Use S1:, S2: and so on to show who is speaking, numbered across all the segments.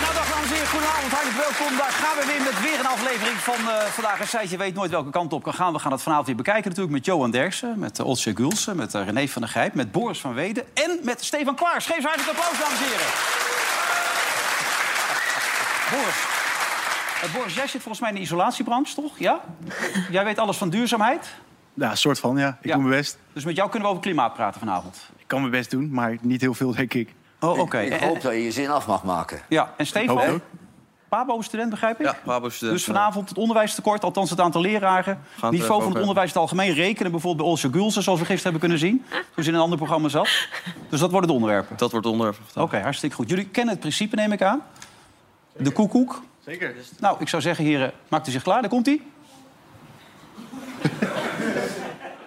S1: Nou, dag dames en heren, goedenavond, hartelijk welkom. Daar gaan we weer met weer een aflevering van eh, vandaag. Een site, je weet nooit welke kant op kan gaan. We gaan het vanavond weer bekijken natuurlijk met Johan Derksen... met uh, Olsje Gulsen, met eh, René van der Gijp, met Boris van Weden... en met Stefan Klaars. Geef ze hartelijk applaus, dames en heren. Boris. Eh, Boris, jij zit volgens mij in de isolatiebranche, toch? Ja? Jij weet alles van duurzaamheid.
S2: Ja, een soort van, ja. Ik
S1: Ja.
S2: doe mijn best.
S1: Dus met jou kunnen we over klimaat praten vanavond.
S2: Ik kan mijn best doen, maar niet heel veel, denk ik.
S1: Oh, oké.
S3: Ik
S1: En-
S3: hoop dat je je zin af mag maken.
S1: Ja, en
S2: Hoop
S1: Stefan?
S2: ook.
S1: Pabo-student, begrijp ik?
S4: Ja,
S3: eh,
S4: eh, Pabo-student,
S1: Dus vanavond het onderwijstekort, althans het aantal leraren. niveau
S4: even
S1: van
S4: over
S1: het
S4: hebben.
S1: onderwijs in het algemeen rekenen. Bijvoorbeeld bij Olsje Gulsen, zoals we gisteren hebben kunnen zien. Toen ze in een ander programma zat. Dus dat worden de onderwerpen.
S4: Dat wordt onder.
S1: Oké, hartstikke goed. Jullie kennen het principe, neem ik aan. De koekoek.
S2: Zeker.
S1: Nou, ik zou zeggen, heren, maakt u zich klaar. Daar komt hij.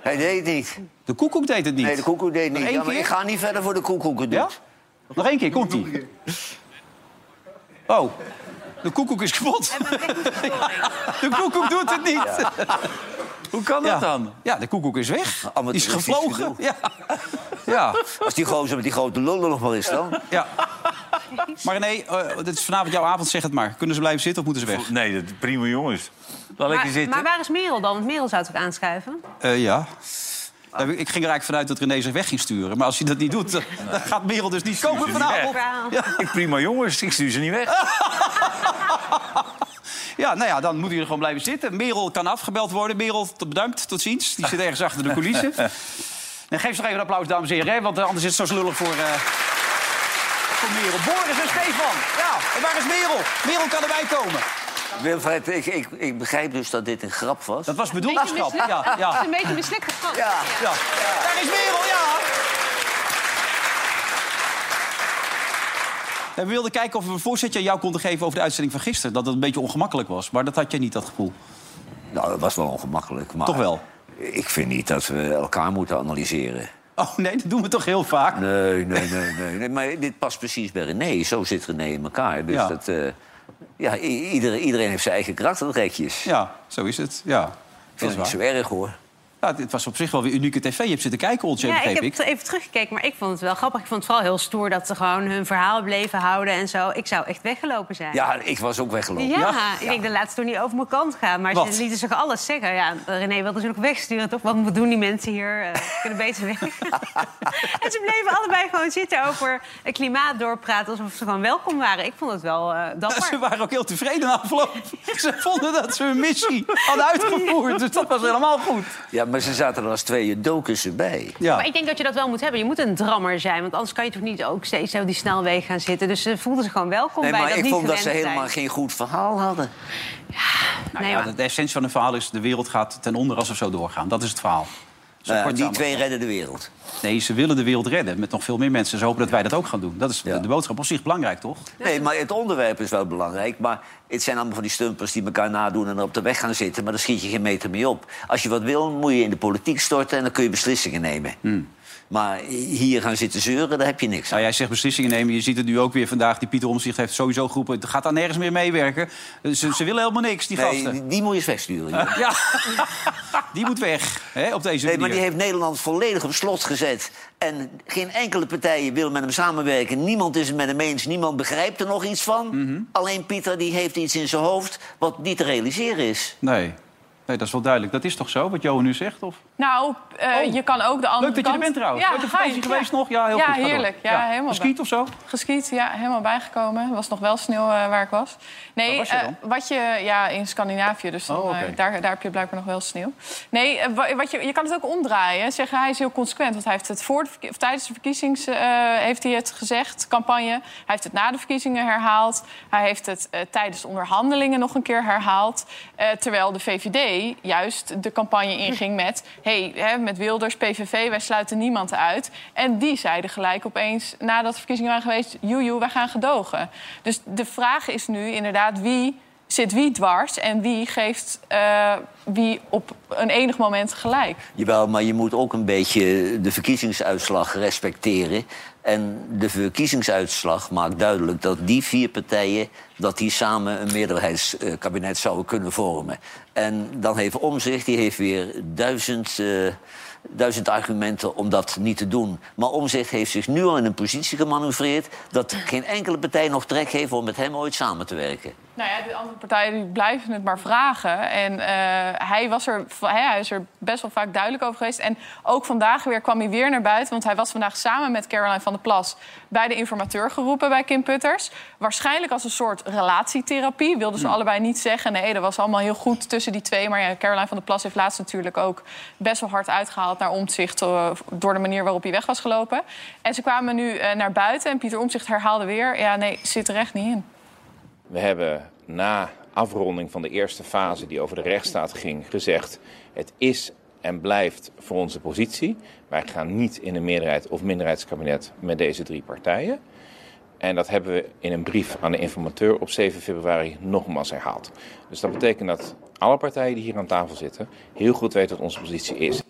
S3: Hij deed het niet.
S1: De koekoek deed het niet.
S3: Nee, de koekoek deed het
S1: Nog
S3: niet.
S1: één
S3: Ja, maar
S1: keer?
S3: ik ga niet verder voor de koekoek doen.
S1: Ja? Nog één keer, komt hij. Oh, de koekoek is kapot. De koekoek doet het niet.
S4: Hoe kan
S1: Ja. Ja, de koekoek is weg. Die is
S3: Amateuristisch
S1: gevlogen. Ja. Ja.
S3: Als die gozer met die grote lul er nog maar is dan.
S1: ja. Maar nee, dit is vanavond jouw avond, zeg het maar. Kunnen ze blijven zitten of moeten ze weg?
S5: Nee, dat, prima jongens.
S4: Laat lekker
S6: Maar,
S4: zitten.
S6: maar waar is Merel dan? Want Merel zou toch aanschuiven?
S1: Eh, ja. Nou, Ik ging er eigenlijk vanuit dat René zich weg ging sturen. Maar als hij dat niet doet, dan, dan gaat Merel dus niet komen vanavond.
S6: Verhaal.
S5: Ik prima jongens, ik stuur ze niet weg.
S1: Ja, nou ja, dan moet hij er gewoon blijven zitten. Merel kan afgebeld worden. Merel, tot bedankt, tot ziens. Die zit ergens achter de coulissen. Nee, geef ze nog even een applaus, dames en heren. Hè? Want eh, anders is het zo lullig voor, eh, voor Merel. Boris en Stefan. Ja, en waar is Merel? Merel kan erbij komen.
S3: Wilfred, ik, ik, ik begrijp dus dat dit een grap was.
S1: Dat was bedoeld als
S6: Beetje
S1: grap.
S6: mislukt.
S1: Ja,
S6: Het is
S1: ja,
S6: een beetje mislukt gekomen.
S3: Ja.
S1: ja. Daar is Merel, ja. En we wilden kijken of we een voorzetje aan jou konden geven over de uitzending van gisteren. Dat het een beetje ongemakkelijk was. Maar dat had jij niet, dat gevoel.
S3: Nou, dat was wel ongemakkelijk. Maar
S1: Toch wel?
S3: Ik vind niet dat we elkaar moeten analyseren.
S1: Oh nee, dat doen we toch heel vaak.
S3: Nee, nee, nee, nee. nee. Maar dit past precies bij René. Zo zit René in elkaar. Dus
S1: Ja.
S3: dat... eh, ja, i- iedereen, iedereen heeft zijn eigen karakterrekjes.
S1: Ja, zo is het. Ja,
S3: ik
S1: dat
S3: vind
S1: is
S3: het niet
S1: waar.
S3: zo erg, hoor.
S1: Ja, het was op zich wel weer unieke tv. Je hebt zitten kijken, Oltje,
S6: Ja, ik
S1: begreep
S6: heb
S1: ik.
S6: het even teruggekeken, maar ik vond het wel grappig. Ik vond het vooral heel stoer dat ze gewoon hun verhaal bleven houden en zo. Ik zou echt weggelopen zijn.
S3: Ja, ik was ook
S6: Ja,
S3: weggelopen.
S6: ik denk de laatste toen niet over mijn kant gaan. Maar
S1: Wat?
S6: ze lieten zich alles zeggen. Ja, René wilde ze ook wegsturen, toch? Wat doen die mensen hier? Eh, Ze kunnen beter weg. en ze bleven allebei gewoon zitten over het klimaat doorpraten... alsof ze gewoon welkom waren. Ik vond het wel eh
S1: Ja,
S6: dapper.
S1: ze waren ook heel tevreden na afloop. ze vonden dat ze hun missie hadden uitgevoerd. Dus dat was helemaal goed.
S3: Ja, maar ze zaten er als tweeën dokussen bij.
S1: Ja.
S6: Maar ik denk dat je dat wel moet hebben. Je moet een drammer zijn, want anders kan je toch niet ook steeds op die snelweg gaan zitten. Dus ze voelden zich gewoon welkom
S3: Nee,
S6: bij
S3: maar
S6: dat
S3: ik
S6: niet
S3: vond dat ze
S6: gewend
S3: helemaal
S6: zijn.
S3: geen goed verhaal hadden.
S6: Nee,
S1: Ja,
S6: maar-
S1: de essentie van een verhaal is... de wereld gaat ten onder als we zo doorgaan. Dat is het verhaal. Zo
S3: Nou ja,
S1: kort
S3: die
S1: samen.
S3: twee redden de wereld.
S1: Nee, ze willen de wereld redden met nog veel meer mensen. Ze hopen dat wij dat ook gaan doen. Dat is de-
S3: Ja.
S1: de boodschap op zich belangrijk, toch?
S3: Nee, maar het onderwerp is wel belangrijk. Maar het zijn allemaal van die stumpers die elkaar nadoen en er op de weg gaan zitten. Maar daar schiet je geen meter mee op. Als je wat wil, moet je in de politiek storten en dan kun je beslissingen nemen.
S1: Hmm.
S3: Maar hier gaan zitten zeuren, daar heb je niks aan.
S1: Nou, jij zegt beslissingen nemen. Je ziet het nu ook weer vandaag. Die Pieter Omzicht heeft sowieso groepen. Het gaat daar nergens meer meewerken. Eh, Ze, ze willen helemaal niks, Ah, die
S3: Nee,
S1: gasten.
S3: die, die moet je eens wegsturen. joh.
S1: Ja, die moet weg hè, op deze
S3: Nee, maar
S1: manier.
S3: die heeft Nederland volledig op slot gezet. En geen enkele partij wil met hem samenwerken. Niemand is het met hem eens. Niemand begrijpt er nog iets van. Alleen Pieter die heeft iets in zijn hoofd wat niet te realiseren is.
S1: Nee. nee, dat is wel duidelijk. Dat is toch zo, wat Johan nu zegt? Of?
S7: Nou, eh, je kan ook de andere
S1: Oh. Leuk dat je er
S7: kant-
S1: bent trouwens.
S7: Ja,
S1: Leuk op vakantie
S7: hi.
S1: geweest
S7: Ja.
S1: nog? Ja, heel
S7: ja,
S1: goed. Ga door.
S7: Heerlijk. Ja, helemaal
S1: Geskiet
S7: bij-
S1: of zo?
S7: Geskiet, ja, helemaal bijgekomen. Er was nog wel sneeuw eh, waar ik was. Nee,
S1: Waar was je
S7: eh,
S1: dan?
S7: wat je... Ja, in Scandinavië. Dus dan,
S1: Oh, oké.
S7: eh, daar, daar heb je blijkbaar nog wel sneeuw. Nee, eh, wa- wat je, je kan het ook omdraaien. Zeggen, hij is heel consequent. Want hij heeft het voor de verkie- of tijdens de verkiezings eh, heeft hij het gezegd, campagne. Hij heeft het na de verkiezingen herhaald. Hij heeft het eh, tijdens de
S1: Hm.
S7: onderhandelingen nog een keer herhaald. Eh, terwijl de VVD juist de campagne inging met... hey, hè, met Wilders, PVV, wij sluiten niemand uit. En die zeiden gelijk opeens, nadat de verkiezingen waren geweest... joejoe, wij gaan gedogen. Dus de vraag is nu inderdaad wie zit wie dwars... en wie geeft eh, wie op een enig moment gelijk.
S3: Jawel, maar je moet ook een beetje de verkiezingsuitslag respecteren. En de verkiezingsuitslag maakt duidelijk dat die vier partijen... dat die samen een meerderheidskabinet zouden kunnen vormen. En dan heeft Omzicht, die heeft weer duizend... eh, Duizend argumenten om dat niet te doen. Maar Omzicht heeft zich nu al in een positie gemanoeuvreerd. dat geen enkele partij nog trek heeft om met hem ooit samen te werken.
S7: Nou ja, de andere partijen die blijven het maar vragen. En eh, hij, was er, va- hè, hij is er best wel vaak duidelijk over geweest. En ook vandaag weer kwam hij weer naar buiten. Want hij was vandaag samen met Caroline van der Plas... bij de informateur geroepen bij Kim Putters. Waarschijnlijk als een soort relatietherapie. Wilden ze allebei niet zeggen. Nee, dat was allemaal heel goed tussen die twee. Maar ja, Caroline van der Plas heeft laatst natuurlijk ook... best wel hard uitgehaald naar Omtzigt... eh, door de manier waarop hij weg was gelopen. En ze kwamen nu eh, naar buiten. En Pieter Omtzigt herhaalde weer... ja, nee, zit er echt niet in.
S8: We hebben na afronding van de eerste fase die over de rechtsstaat ging gezegd... het is en blijft voor onze positie. Wij gaan niet in een meerderheid of minderheidskabinet met deze drie partijen. En dat hebben we in een brief aan de informateur op 7 februari nogmaals herhaald. Dus dat betekent dat alle partijen die hier aan tafel zitten heel goed weten wat onze positie is.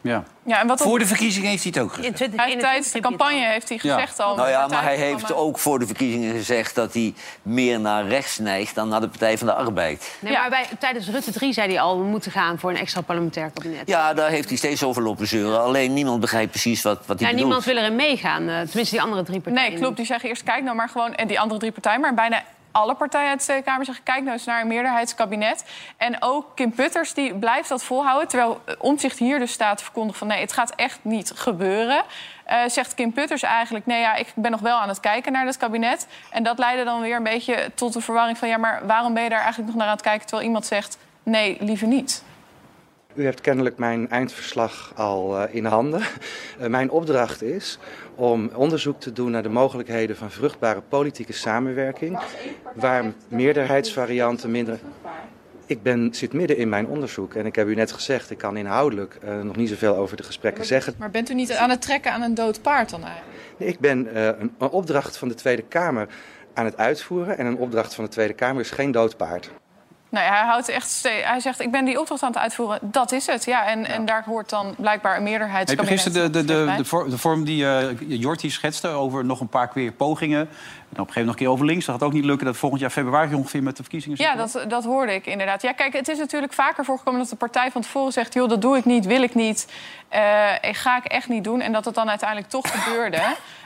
S1: Ja.
S7: Ja, en wat dat
S1: Voor de verkiezing heeft hij het ook gezegd.
S7: Hij heeft tijdens de campagne heeft hij
S1: Ja.
S7: gezegd al...
S3: Nou ja, maar hij
S7: partijprogramma-
S3: heeft ook voor de verkiezingen gezegd dat hij meer naar rechts neigt dan naar de Partij van de Arbeid.
S6: Nee,
S7: Ja.
S6: maar bij, tijdens Rutte 3 zei hij al... we moeten gaan voor een extra parlementair kabinet.
S3: Ja, daar heeft hij steeds over lopen zeuren. Alleen niemand begrijpt precies wat, wat hij
S6: Ja,
S3: bedoelt.
S6: niemand wil erin meegaan. eh, tenminste, die andere drie partijen.
S7: Nee, klopt. Die zeggen eerst kijk nou maar gewoon... en die andere drie partijen, maar bijna alle partijen uit de Tweede Kamer zeggen... kijk nou eens naar een meerderheidskabinet. En ook Kim Putters die blijft dat volhouden... terwijl Omtzigt hier dus staat te verkondigen van... nee, het gaat echt niet gebeuren. Eh, zegt Kim Putters eigenlijk... nee, ja, ik ben nog wel aan het kijken naar dat kabinet. En dat leidde dan weer een beetje tot de verwarring van... ja, maar waarom ben je daar eigenlijk nog naar aan het kijken... terwijl iemand zegt, nee, liever niet.
S9: U heeft kennelijk mijn eindverslag al eh, in handen. Eh, mijn opdracht is om onderzoek te doen naar de mogelijkheden van vruchtbare politieke samenwerking. Waar meerderheidsvarianten minder. Ik ben, zit midden in mijn onderzoek en ik heb u net gezegd, ik kan inhoudelijk eh, nog niet zoveel over de gesprekken zeggen.
S7: Maar bent u niet aan het trekken aan een dood paard dan eigenlijk?
S9: Nee, ik ben eh, een, een opdracht van de Tweede Kamer aan het uitvoeren en een opdracht van de Tweede Kamer is geen dood paard.
S7: Nee, Nou hij, houdt echt ste- hij zegt, ik ben die opdracht aan het uitvoeren. Dat is het, ja. En, en daar hoort dan blijkbaar een
S1: Heb je
S7: meerderheidskabinet...
S1: gisteren de, de, de,
S7: bij.
S1: de, vor- de vorm die eh Jorti schetste over nog een paar keer pogingen... en op een gegeven moment nog een keer over links, dat gaat ook niet lukken... dat volgend jaar februari ongeveer met de verkiezingen zitten?
S7: Ja, dat, dat hoorde ik inderdaad. Ja, kijk, het is natuurlijk vaker voorgekomen dat de partij van tevoren zegt... joh, dat doe ik niet, wil ik niet, eh, ik ga ik echt niet doen. En dat het dan uiteindelijk toch gebeurde.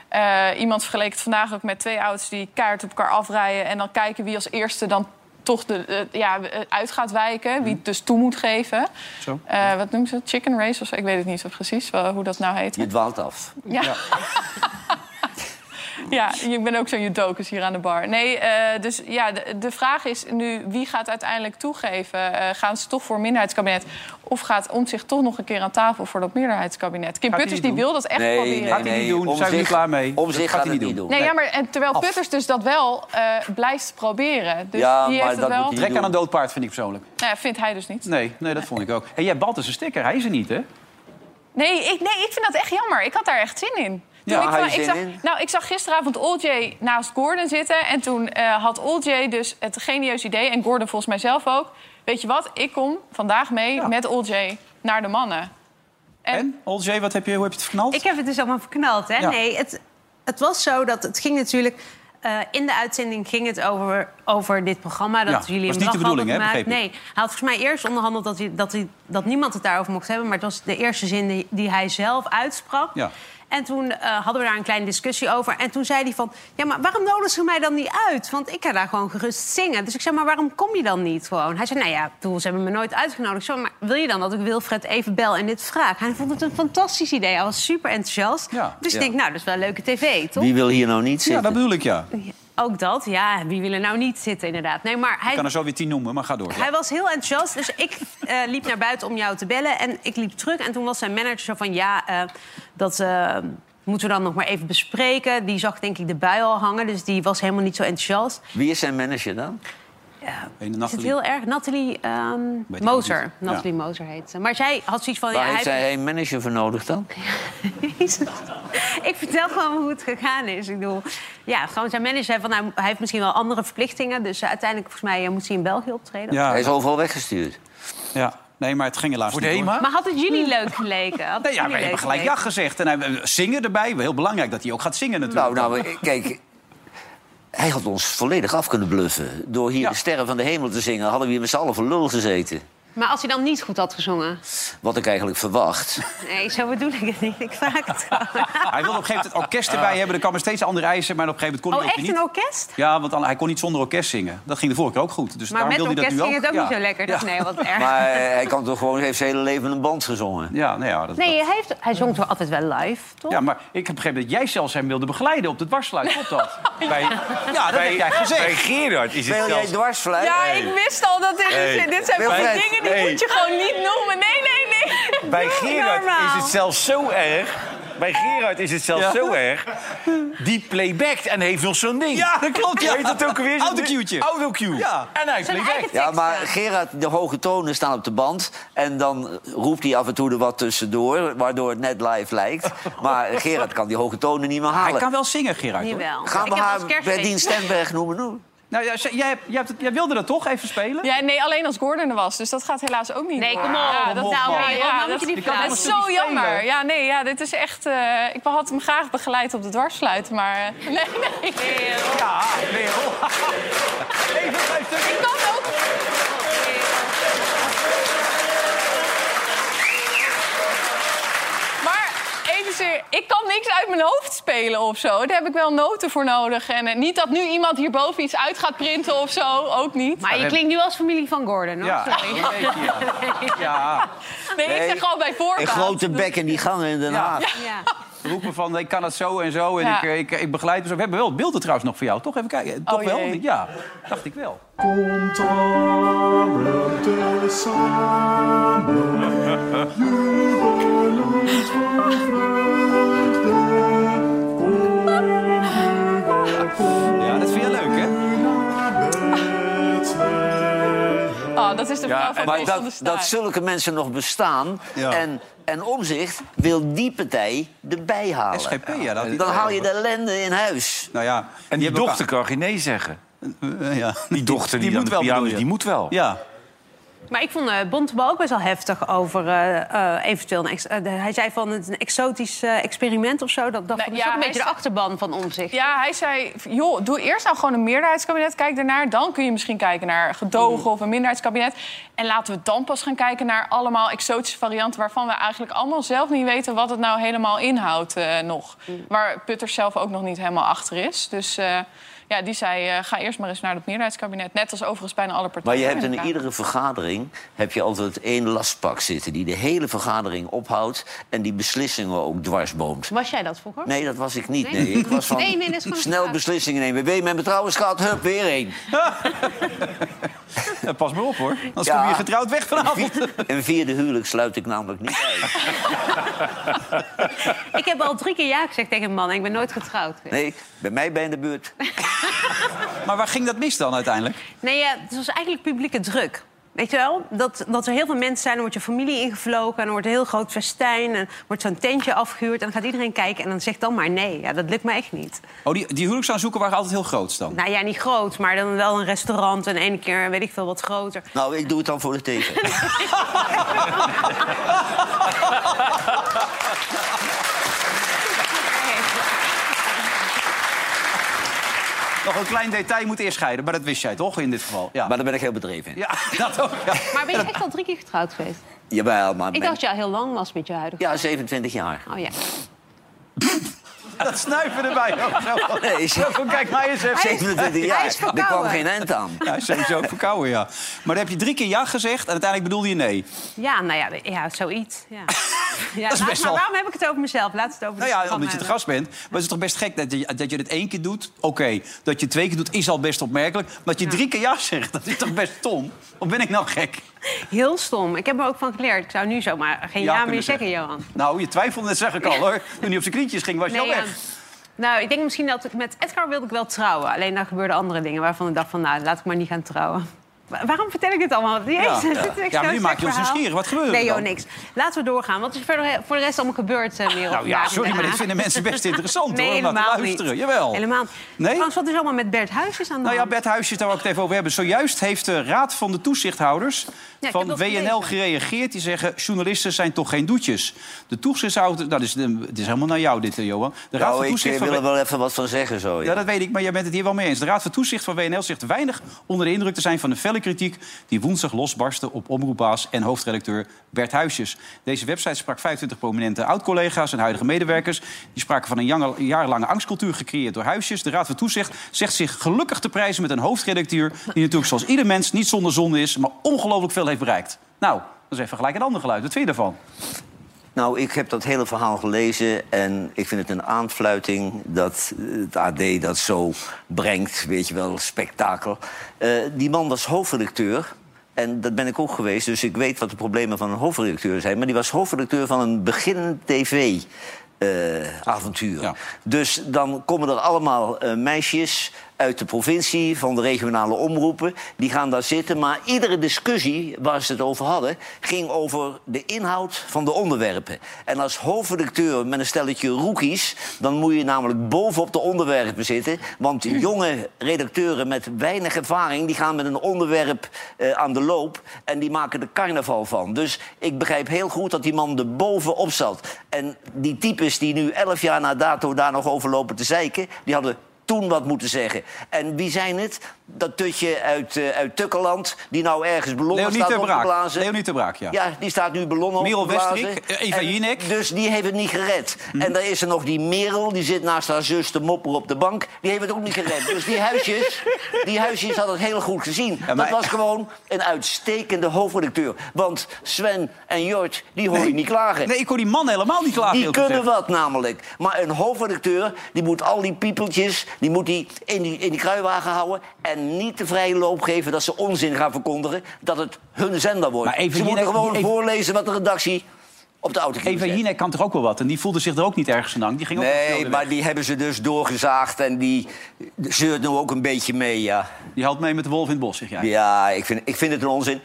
S7: Eh, iemand vergeleek het vandaag ook met twee auto's die keihard op elkaar afrijden... en dan kijken wie als eerste dan toch de, eh, ja, uit gaat wijken. Wie het dus toe moet geven.
S1: Zo.
S7: Eh, wat noemen ze dat? Chicken race? Of zo? Ik weet het niet zo precies wel, hoe dat nou heet.
S3: Je dwaalt af.
S7: Ja. Ja. ik ben ook zo'n judokus hier aan de bar. Nee, eh, dus ja, de, de vraag is nu wie gaat uiteindelijk toegeven? Eh, gaan ze toch voor een minderheidskabinet? Of gaat om zich toch nog een keer aan tafel voor dat meerderheidskabinet? Kim
S1: Gaat hij
S7: Putters
S1: niet
S7: die wil dat echt
S3: Nee,
S7: proberen.
S3: nee,
S1: Gaat hij
S3: nee.
S1: niet doen, zijn we
S3: Omtzigt-
S1: niet klaar mee.
S3: Omtzigt
S1: Dat gaat
S3: gaat
S1: hij
S3: het
S1: niet
S3: niet
S1: doen.
S3: doen.
S7: Nee, ja, maar en terwijl Putters dus dat wel eh, blijft proberen. Dus
S3: Ja,
S7: die
S3: maar
S7: heeft
S3: dat
S7: het wel.
S3: moet hij-
S1: Trek aan een dood paard vind ik persoonlijk.
S7: Nou ja, vindt hij dus niet.
S1: Nee, nee dat vond ik ook. En jij balt dus een sticker, hij is er niet, hè?
S7: Nee ik, nee, ik vind dat echt jammer. Ik had daar echt zin in. Toen
S3: Ja,
S7: ik,
S3: had je
S7: ik
S3: zin
S7: zag,
S3: in?
S7: Nou, ik zag gisteravond Oljay naast Gordon zitten. En toen eh, had Oljay dus het genieus idee. En Gordon volgens mij zelf ook. Weet je wat? Ik kom vandaag mee met Oljay naar de mannen. En?
S1: En, Olzee, wat heb je, hoe heb je het verknald?
S6: Ik heb het dus allemaal verknald, hè?
S1: Ja.
S6: Nee, het, het was zo dat het ging natuurlijk... eh, in de uitzending ging het over, over dit programma. Dat
S1: Ja,
S6: jullie
S1: was
S6: een
S1: niet de
S6: dag hadden
S1: bedoeling, hè,
S6: gemaakt.
S1: begreep ik.
S6: Nee, hij had volgens mij eerst onderhandeld dat, hij, dat, hij, dat niemand het daarover mocht hebben. Maar het was de eerste zin die, die hij zelf uitsprak.
S1: Ja.
S6: En toen eh, hadden we daar een kleine discussie over. En toen zei hij van, ja, maar waarom nodigen ze mij dan niet uit? Want ik kan daar gewoon gerust zingen. Dus ik zei, maar waarom kom je dan niet gewoon? Hij zei, nou ja, doel, ze hebben me nooit uitgenodigd. Zo, maar wil je dan dat ik Wilfred even bel en dit vraag? Hij vond het een fantastisch idee. Hij was super enthousiast.
S1: Ja,
S6: dus
S1: ja.
S6: ik denk, nou, dat is wel een leuke tv, toch?
S3: Wie wil hier nou niet
S1: Ja,
S3: zitten?
S1: dat bedoel ik, ja.
S6: Ook dat, ja, wie wil er nou niet zitten inderdaad? Nee, maar hij,
S1: Ik kan er zo weer tien noemen, maar ga door.
S6: hij was heel enthousiast. Dus ik eh, liep naar buiten om jou te bellen. En ik liep terug. En toen was zijn manager zo van... Ja, eh, dat eh, moeten we dan nog maar even bespreken. Die zag denk ik de bui al hangen. Dus die was helemaal niet zo enthousiast.
S3: Wie is zijn manager dan?
S6: Eh,
S1: Weet je,
S6: is het
S1: Nathalie?
S6: heel erg. Nathalie ehm,
S1: ik ook
S6: Moser.
S1: niet.
S6: Nathalie Moser heet ze. Maar zij had zoiets van...
S3: Waar
S6: ja,
S3: heeft
S6: hij-
S3: zij een manager voor nodig dan?
S6: Jezus. ik vertel gewoon hoe het gegaan is. Ik bedoel, ja, gewoon zijn manager zei van... Nou, hij heeft misschien wel andere verplichtingen. Dus eh, uiteindelijk, volgens mij, eh, moet hij in België optreden.
S3: Hij
S1: Ja,
S3: is overal weggestuurd.
S1: ja. Nee, maar het ging helaas
S4: Voor de
S1: niet door.
S4: HEMA?
S6: Maar had het jullie leuk geleken? Had het
S1: Nee, Nou ja, we
S6: jullie
S1: hebben
S6: leuk
S1: gelijk ja
S6: geleken?
S1: gezegd. En hij, eh, zingen erbij. Heel belangrijk dat hij ook gaat zingen natuurlijk.
S3: Nou, nou, eh, kijk. Hij had ons volledig af kunnen bluffen. Door hier
S1: Ja.
S3: de sterren van de hemel te zingen... hadden we hier met z'n allen voor lul gezeten.
S6: Maar als hij dan niet goed had gezongen?
S3: Wat ik eigenlijk verwacht.
S6: Nee, zo bedoel ik het niet. Ik vraag het gewoon.
S4: nou.
S1: Hij wilde op een gegeven moment het orkest erbij hebben. Er kwamen steeds andere eisen, maar op een gegeven moment kon
S6: Oh,
S1: hij ook
S6: echt
S1: weer
S6: een
S1: niet.
S6: orkest?
S1: Ja, want dan- hij kon niet zonder orkest zingen. Dat ging de vorige keer ook goed. Dus
S6: Maar
S1: daarom
S6: met
S1: wilde hij
S6: orkest
S1: dat nu
S6: ging het ook
S1: Ja.
S6: niet zo lekker. Dus
S1: Ja.
S6: nee, wat erg.
S3: Maar eh, hij kan toch gewoon... heeft zijn hele leven een band gezongen.
S1: Ja, nou ja, dat,
S6: Nee, hij, heeft, hij zong toch altijd wel live, toch?
S1: ja, maar ik heb begrepen dat jij zelfs hem wilde begeleiden op de dwarsluit. Klopt dat? Bij, ja, dat heb jij gezegd.
S5: Bij Gerard is het
S3: Speel jij
S5: zelfs...
S3: dwarsfluit?
S7: Ja, ik wist al dat dit...
S5: Hey.
S7: Dit zijn van die
S5: Wilfred,
S7: dingen die
S5: hey.
S7: moet je gewoon niet noemen. Nee, nee, nee.
S5: Bij
S7: Doe nou
S5: Gerard
S7: normaal.
S5: is het zelfs zo erg... Bij Gerard is het zelfs
S1: Ja.
S5: zo erg... Die playbackt en heeft nog zo'n ding.
S1: Ja, dat klopt. Ja.
S5: Weet dat ook weer?
S1: Autocue'tje.
S5: Autocue.
S1: Ja.
S5: En hij
S6: Zijn
S5: playbackt.
S6: eigen
S3: Ja,
S6: tekst,
S3: maar
S6: ja.
S3: Gerard, de hoge tonen staan op de band. En dan roept hij af en toe er wat tussendoor, waardoor het net live lijkt. Maar Gerard kan die hoge tonen niet meer
S1: Hij
S3: halen.
S1: kan wel zingen, Gerard. hoor.
S3: Gaan
S6: Jawel. Ik
S3: we
S6: heb als
S3: haar
S6: kerstfeest-
S3: Berdien Stenberg noemen? Noem.
S1: Nou, ja, jij, jij, hebt- jij hebt het- jij wilde dat toch even spelen?
S7: Ja, nee, alleen als Gordon er was. Dus dat gaat helaas ook niet
S6: Nee,
S7: door.
S6: kom op.
S7: Ja, dat,
S6: Nou,
S7: ja,
S6: nee,
S7: ja,
S6: dan moet
S7: dat-
S6: je die
S7: dat
S6: plaat-
S7: is zo jammer. Ja, nee, ja, dit is echt... eh, ik had hem graag begeleid op de dwarsfluit, maar... eh, nee, nee.
S1: Ja, Merel. Even vijf stukken.
S7: Ik kan ook... Maar even zeer, ik kan niks uit mijn hoofd spelen of zo. Daar heb ik wel noten voor nodig. En eh, niet dat nu iemand hierboven iets uit gaat printen of zo. Ook niet.
S6: Maar je klinkt nu als familie van Gordon, hoor.
S1: Ja,
S6: Sorry.
S1: een beetje, ja. Ja,
S7: Nee, ik zeg gewoon bij
S3: Een
S7: voorbaat.
S3: grote bek in die gangen in Den
S1: Ja.
S3: Haag.
S6: Ja.
S1: roepen van ik kan het zo en zo en
S7: Ja.
S1: ik, ik, ik begeleid me zo. We hebben wel beelden trouwens nog voor jou, toch? Even kijken. Toch
S7: Oh,
S1: wel?
S7: jee.
S1: Ja, dacht ik wel.
S10: Komt allen te samen, jubelend van vreugde. Kom
S1: Ja, dat vind je leuk, hè?
S10: met mij.
S7: Oh, dat is de vrouw van
S3: Maar
S7: Kees van der
S3: dat,
S7: Staaij.
S3: dat zulke mensen nog bestaan. En, en omzicht wil die partij erbij halen.
S1: SGP, ja. Dat
S3: Dan haal je de ellende in huis.
S1: Nou ja.
S5: En die
S1: hebben
S5: dochter kan geen nee zeggen.
S1: elkaar- Eh, ja.
S5: Die dochter die,
S1: moet
S5: aan de
S1: wel,
S5: piano
S1: bedoel
S5: is,
S1: je?
S5: die moet wel.
S1: Ja.
S6: Maar ik vond eh Bontebal ook best wel heftig over eh, eh, eventueel een... ex- eh, de- hij zei van het is een exotisch eh, experiment of zo. Dat, dat,
S7: Nou,
S6: dat
S7: ja,
S6: is ook een
S7: hij
S6: beetje de
S7: zei-
S6: achterban van omzicht.
S7: Ja, hij zei, joh, doe eerst nou gewoon een meerderheidskabinet. Kijk daarnaar. Dan kun je misschien kijken naar
S3: Mm.
S7: gedogen of een minderheidskabinet. En laten we dan pas gaan kijken naar allemaal exotische varianten... waarvan we eigenlijk allemaal zelf niet weten wat het nou helemaal inhoudt eh, nog.
S3: Mm.
S7: Waar Putters zelf ook nog niet helemaal achter is. Dus eh, ja, die zei, eh, ga eerst maar eens naar dat meerderheidskabinet. Net als overigens bijna alle
S3: Maar
S7: partijen.
S3: je hebt in
S7: Ja.
S3: iedere vergadering heb je altijd één lastpak zitten... die de hele vergadering ophoudt en die beslissingen ook dwarsboomt.
S6: Was jij dat vroeger?
S3: Nee, dat was ik niet.
S6: Nee?
S3: Nee, ik was van
S6: Nee, nee, dat is gewoon een
S3: snel
S6: vraag.
S3: beslissingen nemen. Weet je, mijn betrouwenschaat, hup, weer één.
S1: Eh, Pas maar op, hoor. Anders
S3: Ja.
S1: kom je getrouwd weg vanavond.
S3: Een vierde huwelijk sluit ik namelijk niet uit.
S6: Ik heb al drie keer ja gezegd tegen een man en ik ben nooit getrouwd. Nee,
S3: Nee, bij mij bij in de buurt.
S1: Maar waar ging dat mis dan uiteindelijk?
S6: ja, het was eigenlijk publieke druk. Weet je wel? Dat, dat er heel veel mensen zijn, dan wordt je familie ingevlogen... en dan wordt een heel groot festijn en wordt zo'n tentje afgehuurd... en dan gaat iedereen kijken en dan zegt dan maar nee. Ja, dat lukt me echt niet.
S1: Oh, die, die huwelijksaanzoeken waren altijd heel groot dan.
S6: Nou ja, niet groot, maar dan wel een restaurant... en de ene keer weet ik veel wat groter.
S3: Nou, ik doe het dan voor de tegen.
S1: Nog een klein detail moet eerst scheiden, maar dat wist jij toch in dit geval? Ja,
S3: Maar daar ben ik heel bedreven in.
S1: ja dat ook. Ja.
S6: Maar ben je echt al drie keer getrouwd geweest?
S3: Jawel, maar...
S6: Ik
S3: mijn-
S6: dacht dat je al heel lang was met je huidige.
S3: Ja, 27 jaar.
S6: Oh ja.
S1: Dat snuiven erbij. ook zo.
S3: Nee,
S1: Zo, kijk mij eens even.
S3: 27
S6: hij
S3: jaar.
S6: is
S3: Er kwam
S6: verkouden.
S3: geen eind aan.
S1: Ja, sowieso verkouden, ja. Maar dan heb je drie keer ja gezegd en uiteindelijk bedoelde je nee.
S6: Ja, nou ja, ja zoiets. Ja. Ja,
S1: is
S6: laat
S1: best
S6: maar,
S1: wel-
S6: waarom heb ik het over mezelf? Laat het over
S1: Nou
S6: de
S1: ja,
S6: programma
S1: omdat je te
S6: hebben.
S1: gast bent. Maar het is toch best gek dat je, dat je dit één keer doet? Oké, dat je twee keer doet is al best opmerkelijk. Maar dat je drie keer ja zegt, dat is toch best stom? Of ben ik nou gek?
S6: Heel stom. Ik heb er ook van geleerd. Ik zou nu zomaar geen ja,
S1: kunnen
S6: meer zeggen,
S1: zeggen.
S6: Johan.
S1: Nou, je twijfelde, dat zeg ik al hoor. Toen hij op zijn knietjes ging, was je al
S6: Nee,
S1: weg.
S6: Johan. Nou, ik denk misschien dat ik met Edgar wilde ik wel trouwen. Alleen daar gebeurden andere dingen waarvan ik dacht van... nou, laat ik maar niet gaan trouwen. Wa- Waarom vertel ik dit allemaal? Jezus,
S1: ja.
S6: dit is echt
S1: Ja, maar
S6: zo'n
S1: nu
S6: gek
S1: maak je ons
S6: verhaal.
S1: nieuwsgierig. Wat gebeurde er
S6: Nee, joh,
S1: dan?
S6: niks. Laten we doorgaan. Wat is verder he- voor de rest allemaal gebeurd, eh, Merel?
S1: Nou ja,
S6: vandaag in
S1: sorry,
S6: Den
S1: maar dit
S6: Haag?
S1: vinden mensen best interessant
S6: Nee,
S1: hoor. om naar te
S6: helemaal
S1: luisteren.
S6: niet.
S1: Jawel.
S6: Helemaal niet.
S1: Nee?
S6: Trouwens, wat is allemaal met Bert Huisjes aan de
S1: Nou ja,
S6: hand?
S1: Bert Huisjes, daar wil ik het even over hebben. Zojuist heeft de Raad van de Toezichthouders
S6: heb
S1: van
S6: dat
S1: WNL
S6: gelezen.
S1: gereageerd. Die zeggen, journalisten zijn toch geen doetjes. De toezichthouder... Nou, dit is, dit is helemaal naar jou dit, eh, Johan. De Raad
S3: Nou,
S1: van
S3: ik
S1: Toezicht
S3: eh,
S1: van
S3: wil er
S1: W-
S3: wel even wat van zeggen zo.
S1: ja, dat weet ik, maar jij bent het hier wel mee eens. De Raad van Toezicht van WNL zegt weinig onder de indruk te zijn van de felle kritiek... die woensdag losbarstte op omroepbaas en hoofdredacteur Bert Huisjes. Deze website sprak 25 prominente oud-collega's en huidige medewerkers. Die spraken van een jange- jarenlange angstcultuur gecreëerd door Huisjes. De Raad van Toezicht zegt zich gelukkig te prijzen met een hoofdredacteur... die natuurlijk zoals ieder mens niet zonder zonde is... maar ongelooflijk veel heeft bereikt. Nou, dat is even gelijk een ander geluid. Wat vind je daarvan?
S3: Nou, ik heb dat hele verhaal gelezen en ik vind het een aanfluiting dat het AD dat zo brengt. Weet je wel, spektakel. Eh, die man was hoofdredacteur. En dat ben ik ook geweest, dus ik weet wat de problemen van een hoofdredacteur zijn. Maar die was hoofdredacteur van een beginnend tv-avontuur.
S1: Ja.
S3: eh, Dus dan komen er allemaal eh, meisjes uit de provincie, van de regionale omroepen. Die gaan daar zitten. Maar iedere discussie waar ze het over hadden... ging over de inhoud van de onderwerpen. En als hoofdredacteur met een stelletje rookies... dan moet je namelijk bovenop de onderwerpen zitten. Want jonge redacteuren met weinig ervaring... die gaan met een onderwerp eh, aan de loop. En die maken er carnaval van. Dus ik begrijp heel goed dat die man er bovenop zat. En die types die nu elf jaar na dato daar nog over lopen te zeiken... die hadden toen wat moeten zeggen. En wie zijn het? Dat tutje uit, eh, uit Tukkeland, die nou ergens ballonnen
S1: Leonie
S3: staat
S1: ter
S3: op te
S1: Braak.
S3: blazen.
S1: Leonie ter Braak, ja.
S3: die staat nu ballonnen
S1: Merel
S3: op te blazen.
S1: Westrik, eh, Eva
S3: En
S1: Jinek. Hm.
S3: Dus die heeft het niet gered. En dan is er nog die Merel, die zit naast haar zus te mopperen op de bank. Die heeft het ook niet gered. dus die huisjes, die huisjes had het heel goed gezien.
S1: maar-
S3: Dat was gewoon een uitstekende hoofdredacteur. Want Sven en Jort, die hoor je niet klagen.
S1: Nee, ik hoor die man helemaal niet klagen.
S3: Die
S1: eerlijk Ah, gezegd.
S3: kunnen wat namelijk. Maar een hoofdredacteur, die moet al die piepeltjes... die moet die in, die in die kruiwagen houden... en niet de vrije loop geven dat ze onzin gaan verkondigen... dat het hun zender wordt.
S1: Maar even
S3: ze moeten
S1: hier-
S3: gewoon
S1: even-
S3: voorlezen wat de redactie op de auto
S1: Eva Jinek kan toch ook wel wat? En die voelde zich er ook niet ergens aan hang. Die ging ook op de
S3: Nee,
S1: velden
S3: maar die hebben ze dus doorgezaagd... en die zeurt nu ook een beetje mee, ja.
S1: weg. Die helpt mee met de wolf in het bos, zeg jij.
S3: Ja, ik vind, ik vind het een onzin.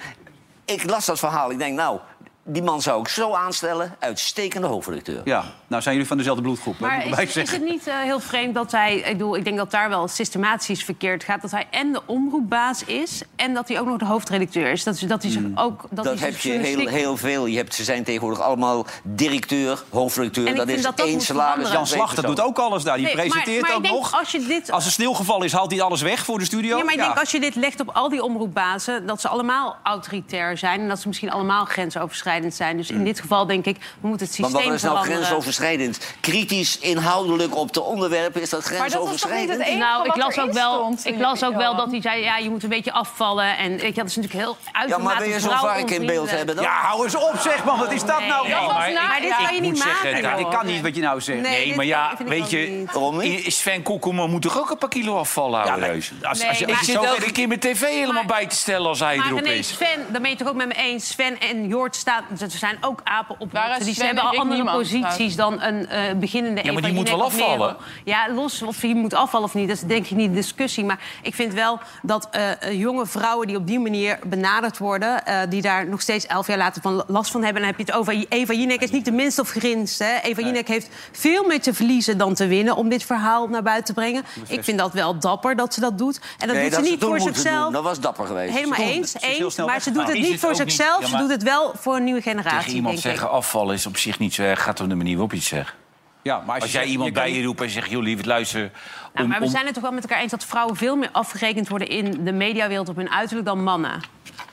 S3: Ik las dat verhaal, ik denk, nou... die man zou ik zo aanstellen, uitstekende hoofdredacteur.
S1: Ja, nou zijn jullie van dezelfde bloedgroep. hè, moet
S6: Maar
S1: ik
S6: is,
S1: erbij
S6: is
S1: zeggen.
S6: het niet eh, heel vreemd dat hij... Ik, bedoel, ik denk dat daar wel systematisch verkeerd gaat. Dat hij en de omroepbaas is... en dat hij ook nog de hoofdredacteur is. Dat, is- dat hij zich
S1: Hmm.
S6: ook... Dat, hij
S3: Dat
S6: zich
S3: heb je heel,
S6: journalistiek-
S3: heel veel. Je hebt, ze zijn tegenwoordig allemaal directeur,
S6: En
S3: hoofdredacteur.
S6: ik
S3: Dat
S6: vind
S3: is
S6: dat dat
S3: één
S6: moet
S3: salaris.
S6: veranderen.
S1: Jan
S3: dat weet
S1: Slachter
S3: ik
S1: doet
S3: zo.
S1: ook alles daar. Die
S6: Nee, maar-
S1: presenteert
S6: maar ik
S1: ook
S6: denk
S1: nog.
S6: als je dit-
S1: Als er sneeuwgeval is, haalt hij alles weg voor de studio.
S6: Ja, maar ik denk als je dit legt op al die omroepbazen... dat ze allemaal autoritair zijn... en dat ze misschien allemaal grensoverschrijdend zijn. Dus in dit geval denk ik, we moeten het systeem
S3: Mm. Want wat is nou
S6: veranderen.
S3: grensoverschrijdend? Kritisch, inhoudelijk op de onderwerpen is dat
S7: dat was toch niet het
S3: grensoverschrijdend.
S7: enige?
S6: Nou, ik
S7: wat
S6: las
S7: erin
S6: ook wel,
S7: stond,
S6: ik las ook wel
S7: Johan.
S6: dat hij zei... ja, je moet een beetje afvallen. En weet je, dat is natuurlijk heel
S3: ja,
S6: uitermate
S3: maar wil je zo'n vark in beeld
S6: vrouwonvriendelijk.
S3: hebben dan?
S1: Ja, hou eens op, zeg man. Wat is dat nou?
S7: Dat was
S5: maar
S7: na-
S6: Maar dit
S7: ja.
S6: kan je niet
S5: moet
S6: maken.
S5: zeggen,
S1: Ja, dit
S6: hoor.
S1: kan niet wat je nou zegt.
S6: Nee,
S5: Nee,
S6: dit
S5: maar ja,
S6: kan- vind ik
S5: weet
S6: ook
S5: je,
S6: niet.
S3: Waarom niet?
S5: I- Sven Kokkelman moet toch ook een paar kilo afvallen houden,
S1: maar-
S5: heus? Als,
S6: Nee,
S5: als, je-
S6: maar-
S5: ik zit
S6: Maar-
S5: elke keer met tv helemaal
S6: maar-
S5: bij te stellen als hij
S6: Maar
S5: erop
S6: ineens
S5: is.
S6: Sven, daar ben je toch ook met me eens. Sven en Jort staan, ze zijn ook apen op
S7: Waar is
S6: rotsen. Die ze
S7: Sven
S6: hebben
S7: en
S6: al
S7: ik
S6: andere
S7: niemand?
S6: posities dan een eh, beginnende
S5: Ja, maar
S6: Eva
S5: die moet
S6: Jinek
S5: wel
S6: of Merel.
S5: afvallen.
S6: Ja, los of hij moet afvallen of niet, dat is denk ik niet de discussie. Maar ik vind wel dat eh, eh, jonge vrouwen die op die manier benaderd worden... eh, die daar nog steeds elf jaar later van last van hebben... en dan heb je het over Eva Jinek is niet de minst of geringste. Hè? Eva Jinek heeft veel meer te verliezen dan te winnen... om dit verhaal naar buiten te brengen. Ik vind dat wel dapper dat ze dat doet. En dat
S3: Nee,
S6: doet ze
S3: dat
S6: niet
S3: toen
S6: voor
S3: moeten
S6: zichzelf.
S3: doen. Dat was dapper geweest.
S6: Helemaal
S1: Ze doen
S6: eens,
S1: het. Ze is heel
S6: eens
S1: snel
S6: maar ze
S1: weggegaan.
S6: doet het
S5: Is het
S6: niet voor
S5: ook niet-
S6: zichzelf,
S5: ja,
S6: ze
S5: maar-
S6: doet het wel voor een nieuwe
S5: Tegen
S6: generatie,
S5: iemand
S6: denk
S5: zeggen
S6: ik.
S5: afvallen is op zich niet zo erg. Gaat er nummer niet op iets zeggen.
S1: Ja, maar
S5: Als
S1: je
S5: jij
S1: zegt,
S5: iemand
S1: je kan
S5: bij je
S1: niet-
S5: roept en zegt... joh, lieverd, luister...
S6: Nou,
S5: om-
S6: maar we
S5: om-
S6: zijn het toch wel met elkaar eens dat vrouwen veel meer afgerekend worden in de mediawereld op hun uiterlijk dan mannen.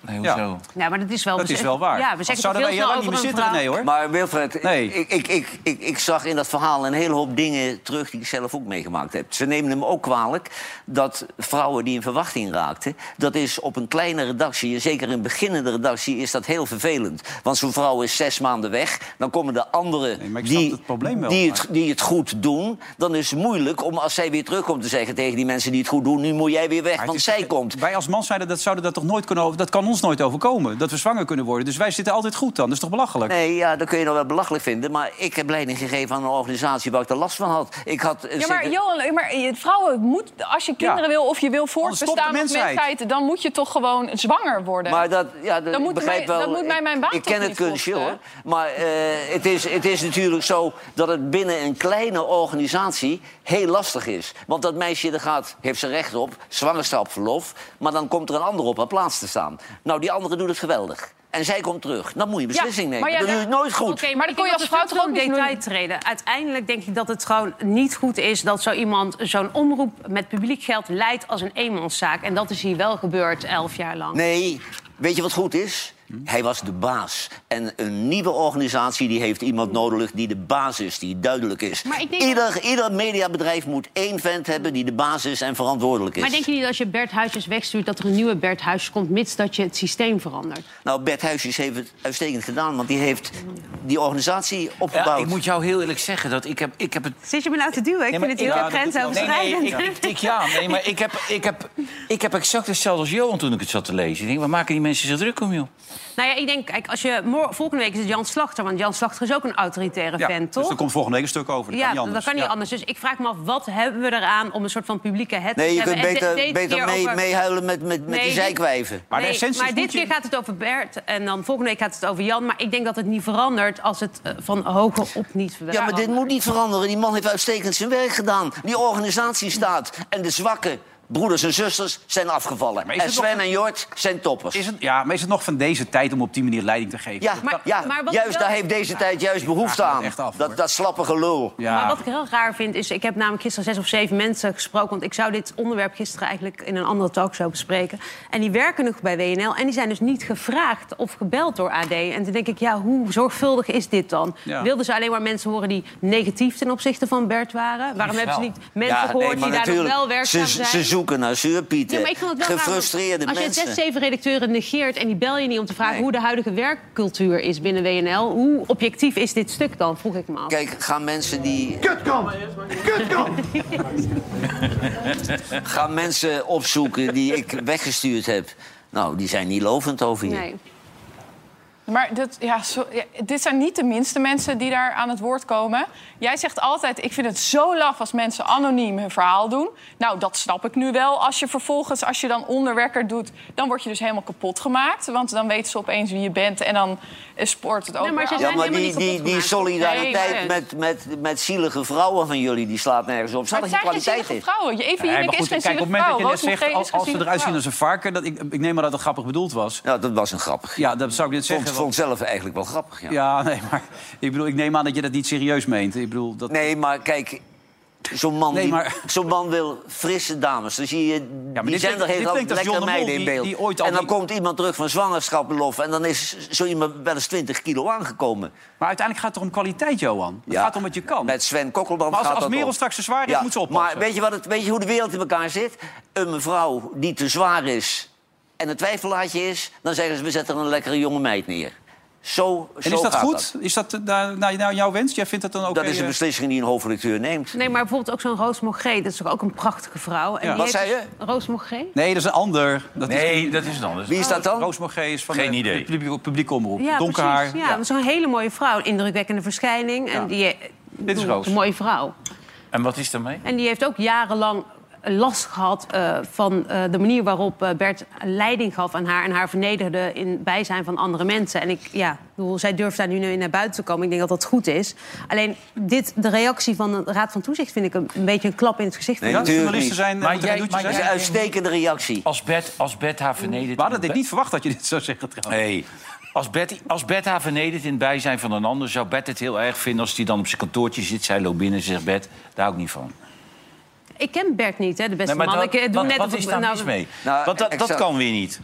S5: Nee, hoezo?
S1: Ja.
S6: Ja, maar dat is wel.
S1: Dat
S6: we
S1: is
S6: zeggen-
S1: wel waar.
S6: Ja, we
S1: Want
S6: zeggen
S1: zouden
S6: toch
S1: wij
S6: veel
S1: hier
S6: snel
S1: lang niet
S6: over
S1: meer zitten?
S6: een vrouw.
S1: Nee hoor.
S3: Maar Wilfred,
S1: Nee.
S3: ik, ik, ik, ik, ik zag in dat verhaal een hele hoop dingen terug die ik zelf ook meegemaakt heb. Ze nemen hem ook kwalijk dat vrouwen die in verwachting raakten... dat is op een kleine redactie, zeker een beginnende redactie... is dat heel vervelend. Want zo'n vrouw is zes maanden weg. Dan komen de anderen
S1: maar ik snap
S3: die,
S1: het probleem wel,
S3: die,
S1: maar-
S3: het, die het goed doen. Dan is het moeilijk om als zij weer terugkomt te zeggen tegen die mensen die het goed doen... nu moet jij weer weg,
S1: Maar
S3: want
S1: het is-
S3: zij komt.
S1: Wij als man zeiden dat zouden dat toch nooit kunnen over. Dat kan ons nooit overkomen. Dat we zwanger kunnen worden. Dus wij zitten altijd goed dan. Dat is toch belachelijk?
S3: Nee, ja, dat kun je nog wel belachelijk vinden. Maar ik heb leiding gegeven aan een organisatie waar ik er last van had. Ik had eh,
S7: Ja, maar
S3: zitten-
S7: Johan, maar je- vrouwen, moet, als je kinderen wil of je wil voortbestaan
S1: stopt de
S7: met
S1: mensheid.
S7: mensheid... dan moet je toch gewoon zwanger worden.
S3: Maar dat, ja, dat,
S7: Dan moet
S3: ik begrijp
S7: mij-
S3: wel.
S7: dat moet mij
S3: ik-
S7: mijn baan
S3: Ik
S7: toch
S3: ken het
S7: niet
S3: kunstje
S7: kosten?
S3: hoor. Maar eh, het, is, het is natuurlijk zo dat het binnen een kleine organisatie heel lastig is. Want dat meisje er gaat, heeft zijn recht op, zwangerschapsverlof. Maar dan komt er een ander op haar plaats te staan. Nou, die andere doet het geweldig. En zij komt terug. Dan moet je beslissing nemen. dat doe je nooit goed.
S6: Oké,
S7: Maar
S6: maar
S7: dat
S6: ik
S7: kon
S6: kon
S7: je
S6: je
S7: als vrouw toch ook niet
S6: detail
S7: doen?
S6: treden. Uiteindelijk denk ik dat het gewoon niet goed is dat zo iemand zo'n omroep met publiek geld leidt als een eenmanszaak. En dat is hier wel gebeurd elf jaar lang.
S3: Nee, weet je wat goed is? Hij was de baas. En een nieuwe organisatie die heeft iemand nodig die de baas is, die duidelijk is.
S6: Maar ik denk-
S3: Ieder, ieder mediabedrijf moet één vent hebben die de baas is en verantwoordelijk is.
S6: Maar denk je niet dat als je Bert Huisjes wegstuurt dat er een nieuwe Bert Huisjes komt, mits dat je het systeem verandert?
S3: Nou, Bert Huisjes heeft het uitstekend gedaan, want die heeft die organisatie
S5: Ja,
S3: opgebouwd.
S5: ik moet jou heel eerlijk zeggen dat ik heb, ik heb het
S6: Zit je me nou te duwen? Ik vind het heel
S5: maar ik- ja, dat doet-
S6: grensoverschrijdend.
S5: Nee, nee, ik, ik tik ja. Nee, maar ik heb, ik, heb, ik heb exact hetzelfde als Johan toen ik het zat te lezen. Ik denk, waar maken die mensen zich druk om, joh?
S6: Nou ja, ik denk, kijk, als je mor- volgende week is het Jan Slachter, want Jan Slachter is ook een autoritaire
S1: Ja,
S6: vent, toch?
S1: dus er komt volgende week een stuk over. Dat
S6: ja,
S1: kan niet anders.
S6: dat kan niet
S1: Ja.
S6: anders. Dus ik vraag me af, wat hebben we eraan om een soort van publieke het
S3: Nee, je
S6: te
S3: kunt
S6: hebben? En de-
S3: beter,
S6: deze
S3: beter
S6: keer
S3: mee,
S6: over-
S3: meehuilen met, met, met
S6: Nee,
S3: die
S6: dit-
S3: zijkwijven.
S1: Maar de
S6: Nee,
S1: essentie
S6: maar
S1: is,
S6: dit
S1: moet je-
S6: keer gaat het over Bert en dan volgende week gaat het over Jan. Maar ik denk dat het niet verandert als het eh, van hoger op niet
S3: Ja,
S6: verandert.
S3: maar dit moet niet veranderen. Die man heeft uitstekend zijn werk gedaan. Die organisatie staat. En de zwakken, broeders en zusters, zijn afgevallen.
S1: Maar is
S3: En
S1: het nog-
S3: Sven en Jort zijn toppers.
S1: Is het, ja, maar is het nog van deze tijd om op die manier leiding te geven?
S3: Ja,
S6: Maar-
S3: ja
S6: maar wat
S3: juist
S6: wel-
S3: daar heeft deze tijd juist behoefte
S1: vraag me
S3: aan.
S1: echt af, hoor.
S3: dat, dat slappe gelul.
S1: Ja.
S6: Maar wat ik heel raar vind is, ik heb namelijk gisteren zes of zeven mensen gesproken... want ik zou dit onderwerp gisteren eigenlijk in een andere talkshow bespreken. En die werken nog bij WNL en die zijn dus niet gevraagd of gebeld door AD. En toen denk ik, ja, hoe zorgvuldig is dit dan?
S1: Ja.
S6: Wilden ze alleen maar mensen horen die negatief ten opzichte van Bert waren? Waarom hebben ze niet mensen gehoord die daar nog wel werkzaam
S3: Ze,
S6: zijn?
S3: ze zoeken naar zuurpieten.
S6: Ja, maar ik vond het wel raar, want
S3: Gefrustreerde
S6: Als je
S3: mensen.
S6: zes, zeven redacteuren negeert en die bel je niet om te vragen... hoe de huidige werkcultuur is binnen WNL... hoe objectief is dit stuk dan, vroeg ik me af.
S3: Kijk, gaan mensen die... Gaan mensen opzoeken die ik weggestuurd heb. Nou, die zijn niet lovend over je.
S6: Nee.
S7: Maar dit, ja, zo- ja, dit zijn niet de minste mensen die daar aan het woord komen. Jij zegt altijd, ik vind het zo laf als mensen anoniem hun verhaal doen. Nou, dat snap ik nu wel. Als je vervolgens, als je dan onderwerker doet... dan word je dus helemaal kapot gemaakt. Want dan weten ze opeens wie je bent en dan eh, spoort het ook
S6: maar
S7: weer
S6: ze
S7: af.
S3: Ja,
S6: zijn
S3: maar
S6: helemaal
S3: die,
S6: niet
S3: die,
S6: kapot
S3: die
S6: gemaakt.
S3: solidariteit
S6: Nee, maar-
S3: met, met, met zielige vrouwen van jullie... die slaat nergens op. Zal
S7: Maar
S3: dat
S7: het
S3: je
S7: zijn
S3: kwaliteit
S7: geen zielige
S3: is?
S7: vrouwen. Je Eva
S1: Nee, maar
S7: Jinek
S1: goed,
S7: is geen
S1: kijk, op het
S7: zielige
S1: moment
S7: vrouw.
S1: dat je net zegt,
S7: Roos Mokree
S1: als,
S7: is geen
S1: als ze
S7: zielige
S1: eruit zien
S7: vrouw.
S1: als een varken... Dat, ik, ik neem maar dat het grappig bedoeld was.
S3: Ja, dat was een grappig.
S1: Ja, dat zou ik dit
S3: vond,
S1: zeggen.
S3: vond zelf eigenlijk wel grappig, ja.
S1: Ja, nee, maar ik bedoel, ik neem aan dat je dat niet serieus meent. Ik bedoel, dat...
S3: Nee, maar kijk... Zo'n man,
S1: Nee,
S3: die-
S1: maar-
S3: zo'n man wil frisse dames. Dan zie je, die
S1: dit
S3: zijn er
S1: klinkt- dit
S3: heel
S1: klinkt als
S3: lekker
S1: John de Mol,
S3: meiden in
S1: die-
S3: beeld.
S1: die ooit al
S3: en dan
S1: die-
S3: komt iemand terug van zwangerschapsverlof... en dan is zo iemand wel eens 20 kilo aangekomen.
S1: Maar uiteindelijk gaat het om kwaliteit, Johan. Het
S3: Ja,
S1: gaat om wat je kan.
S3: Met Sven Kokkeldam
S1: Maar als-
S3: gaat
S1: als
S3: dat
S1: Merel
S3: om.
S1: straks te zwaar is, moet ze oppassen.
S3: Maar weet je, wat het, weet je hoe de wereld in elkaar zit? Een mevrouw die te zwaar is en een twijfelaartje is... dan zeggen ze, we zetten er een lekkere jonge meid neer. Zo,
S1: En
S3: zo
S1: is dat
S3: gaat
S1: goed? eh,
S3: Dat.
S1: Is dat eh, daar- nou, nou jouw wens? Jij vindt dat dan ook...
S3: dat is een beslissing die een hoofdredacteur neemt.
S6: Nee, maar bijvoorbeeld ook zo'n Roos Mogré, dat is toch ook een prachtige vrouw. En
S1: Ja.
S6: die
S3: Wat
S6: heeft
S3: zei
S6: dus- Roos Mogré?
S1: Nee, dat is een ander. Dat is...
S4: Nee, dat is het anders.
S3: Wie is dat dan?
S1: Roos Morgé is van
S4: Geen
S1: de,
S4: idee.
S1: de publieke, publieke omroep.
S6: Ja,
S1: Donker
S6: precies.
S1: haar.
S6: Ja, maar zo'n hele mooie vrouw, indrukwekkende verschijning. En
S1: Ja.
S6: die, eh,
S1: Dit is
S6: bedoel,
S1: Roos.
S6: Een mooie vrouw.
S4: En wat is daarmee?
S6: En die heeft ook jarenlang last gehad eh, van eh, de manier waarop eh, Bert leiding gaf aan haar... en haar vernederde in bijzijn van andere mensen. En ik, ja, ik bedoel, zij durft daar nu naar- naar buiten te komen. Ik denk dat dat goed is. Alleen dit, de reactie van de Raad van Toezicht vind ik een, een beetje een klap in het gezicht.
S3: Nee,
S1: Ja,
S3: natuurlijk
S1: journalisten
S3: niet.
S1: zijn... eh,
S4: Maar
S1: moeten
S4: jij-
S1: geen doetjes
S4: maar
S3: Dat is
S1: zijn.
S3: een uitstekende reactie.
S4: Als Bert, als Bert haar vernedert...
S1: We hadden dit
S4: in-
S1: niet verwacht dat je dit zou zeggen, trouwens.
S4: Nee. Als Bert, als Bert haar vernedert in het bijzijn van een ander... zou Bert het heel erg vinden als hij dan op zijn kantoortje zit. Zij loopt binnen en zegt... Bert, daar hou ik niet van.
S6: Ik ken Bert niet, hè, de beste
S4: maar
S6: man.
S4: dat-
S6: ik eh, doe
S4: wat,
S6: net
S4: wat
S6: of ik-
S4: is daar
S6: nou,
S4: mis mee?
S3: Nou,
S4: Want dat, dat
S3: exact.
S4: kan weer niet.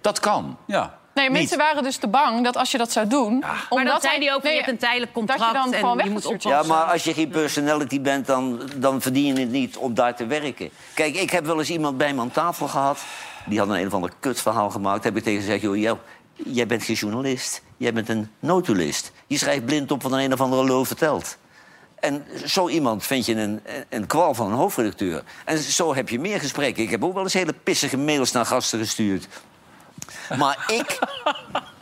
S4: Dat kan.
S1: Ja.
S7: Nee, mensen waren dus te bang dat als je dat zou doen...
S6: Maar
S7: omdat
S6: dat zei hij ook,
S7: nee,
S6: je hebt een tijdelijk
S7: dat
S6: contract...
S7: je dan gewoon
S6: en je moet
S7: weggestuurd
S6: op...
S7: wordt.
S3: Ja, maar als je geen personality bent, dan, dan verdien je het niet om daar te werken. Kijk, ik heb wel eens iemand bij me aan tafel gehad. Die had een, een of ander kutverhaal gemaakt. Heb ik tegen gezegd, joh, jou, jij bent geen journalist. Jij bent een notulist. Je schrijft blind op wat een, een of andere lul vertelt. En zo iemand vind je een, een kwal van een hoofdredacteur. En zo heb je meer gesprekken. Ik heb ook wel eens hele pissige mails naar gasten gestuurd. Maar ik,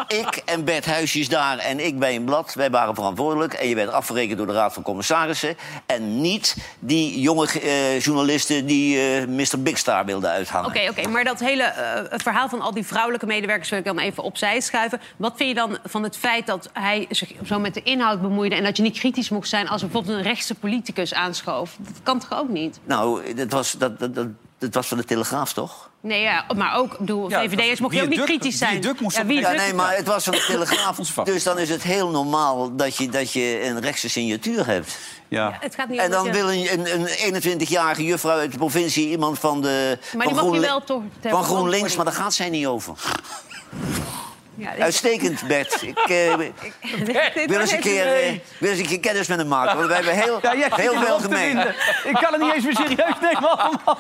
S3: ik en Bert Huisjes daar en ik bij een blad, wij waren verantwoordelijk. En je werd afgerekend door de Raad van Commissarissen. En niet die jonge eh, journalisten die eh Mr. Big Star wilden uithangen.
S6: Oké, oké, maar dat hele eh, het verhaal van al die vrouwelijke medewerkers wil ik dan even opzij schuiven. Wat vind je dan van het feit dat hij zich zo met de inhoud bemoeide en dat je niet kritisch mocht zijn als er bijvoorbeeld een rechtse politicus aanschoof? Dat kan toch ook niet?
S3: Nou, dat was, dat, dat, dat, dat was van de Telegraaf, toch?
S6: Nee, ja, maar ook, ik bedoel,
S1: Ja, dat
S6: VVD'ers
S1: was-
S6: mocht je ook niet
S1: Viaduct-
S6: kritisch zijn.
S1: Viaduct moest
S6: ja,
S1: op-
S3: Ja,
S6: Viaduct-
S3: nee, maar het was van de Telegraaf.
S1: Onze vak.
S3: Dus dan is het heel normaal dat je, dat je een rechtse signatuur hebt.
S1: Ja.
S6: Het gaat niet
S3: En
S6: om
S3: dan
S6: dat je-
S3: wil een, een, een 21-jarige juffrouw uit de provincie iemand van de.
S6: Maar
S3: van
S6: die mag je
S3: GroenLi-
S6: wel toch ter
S3: Van GroenLinks,
S6: verantwoording.
S3: maar daar gaat zij niet over.
S6: Ja, dit-
S3: Uitstekend, Bert. Ik eh,
S6: dit-
S3: wil, eens een keer, eh, wil eens een keer kennis met hem maken. Want we hebben heel,
S1: Ja, jij zit
S3: heel
S1: in de
S3: veel
S1: hoogte
S3: gemeen.
S1: vinden. Ik kan het niet eens meer serieus nemen allemaal.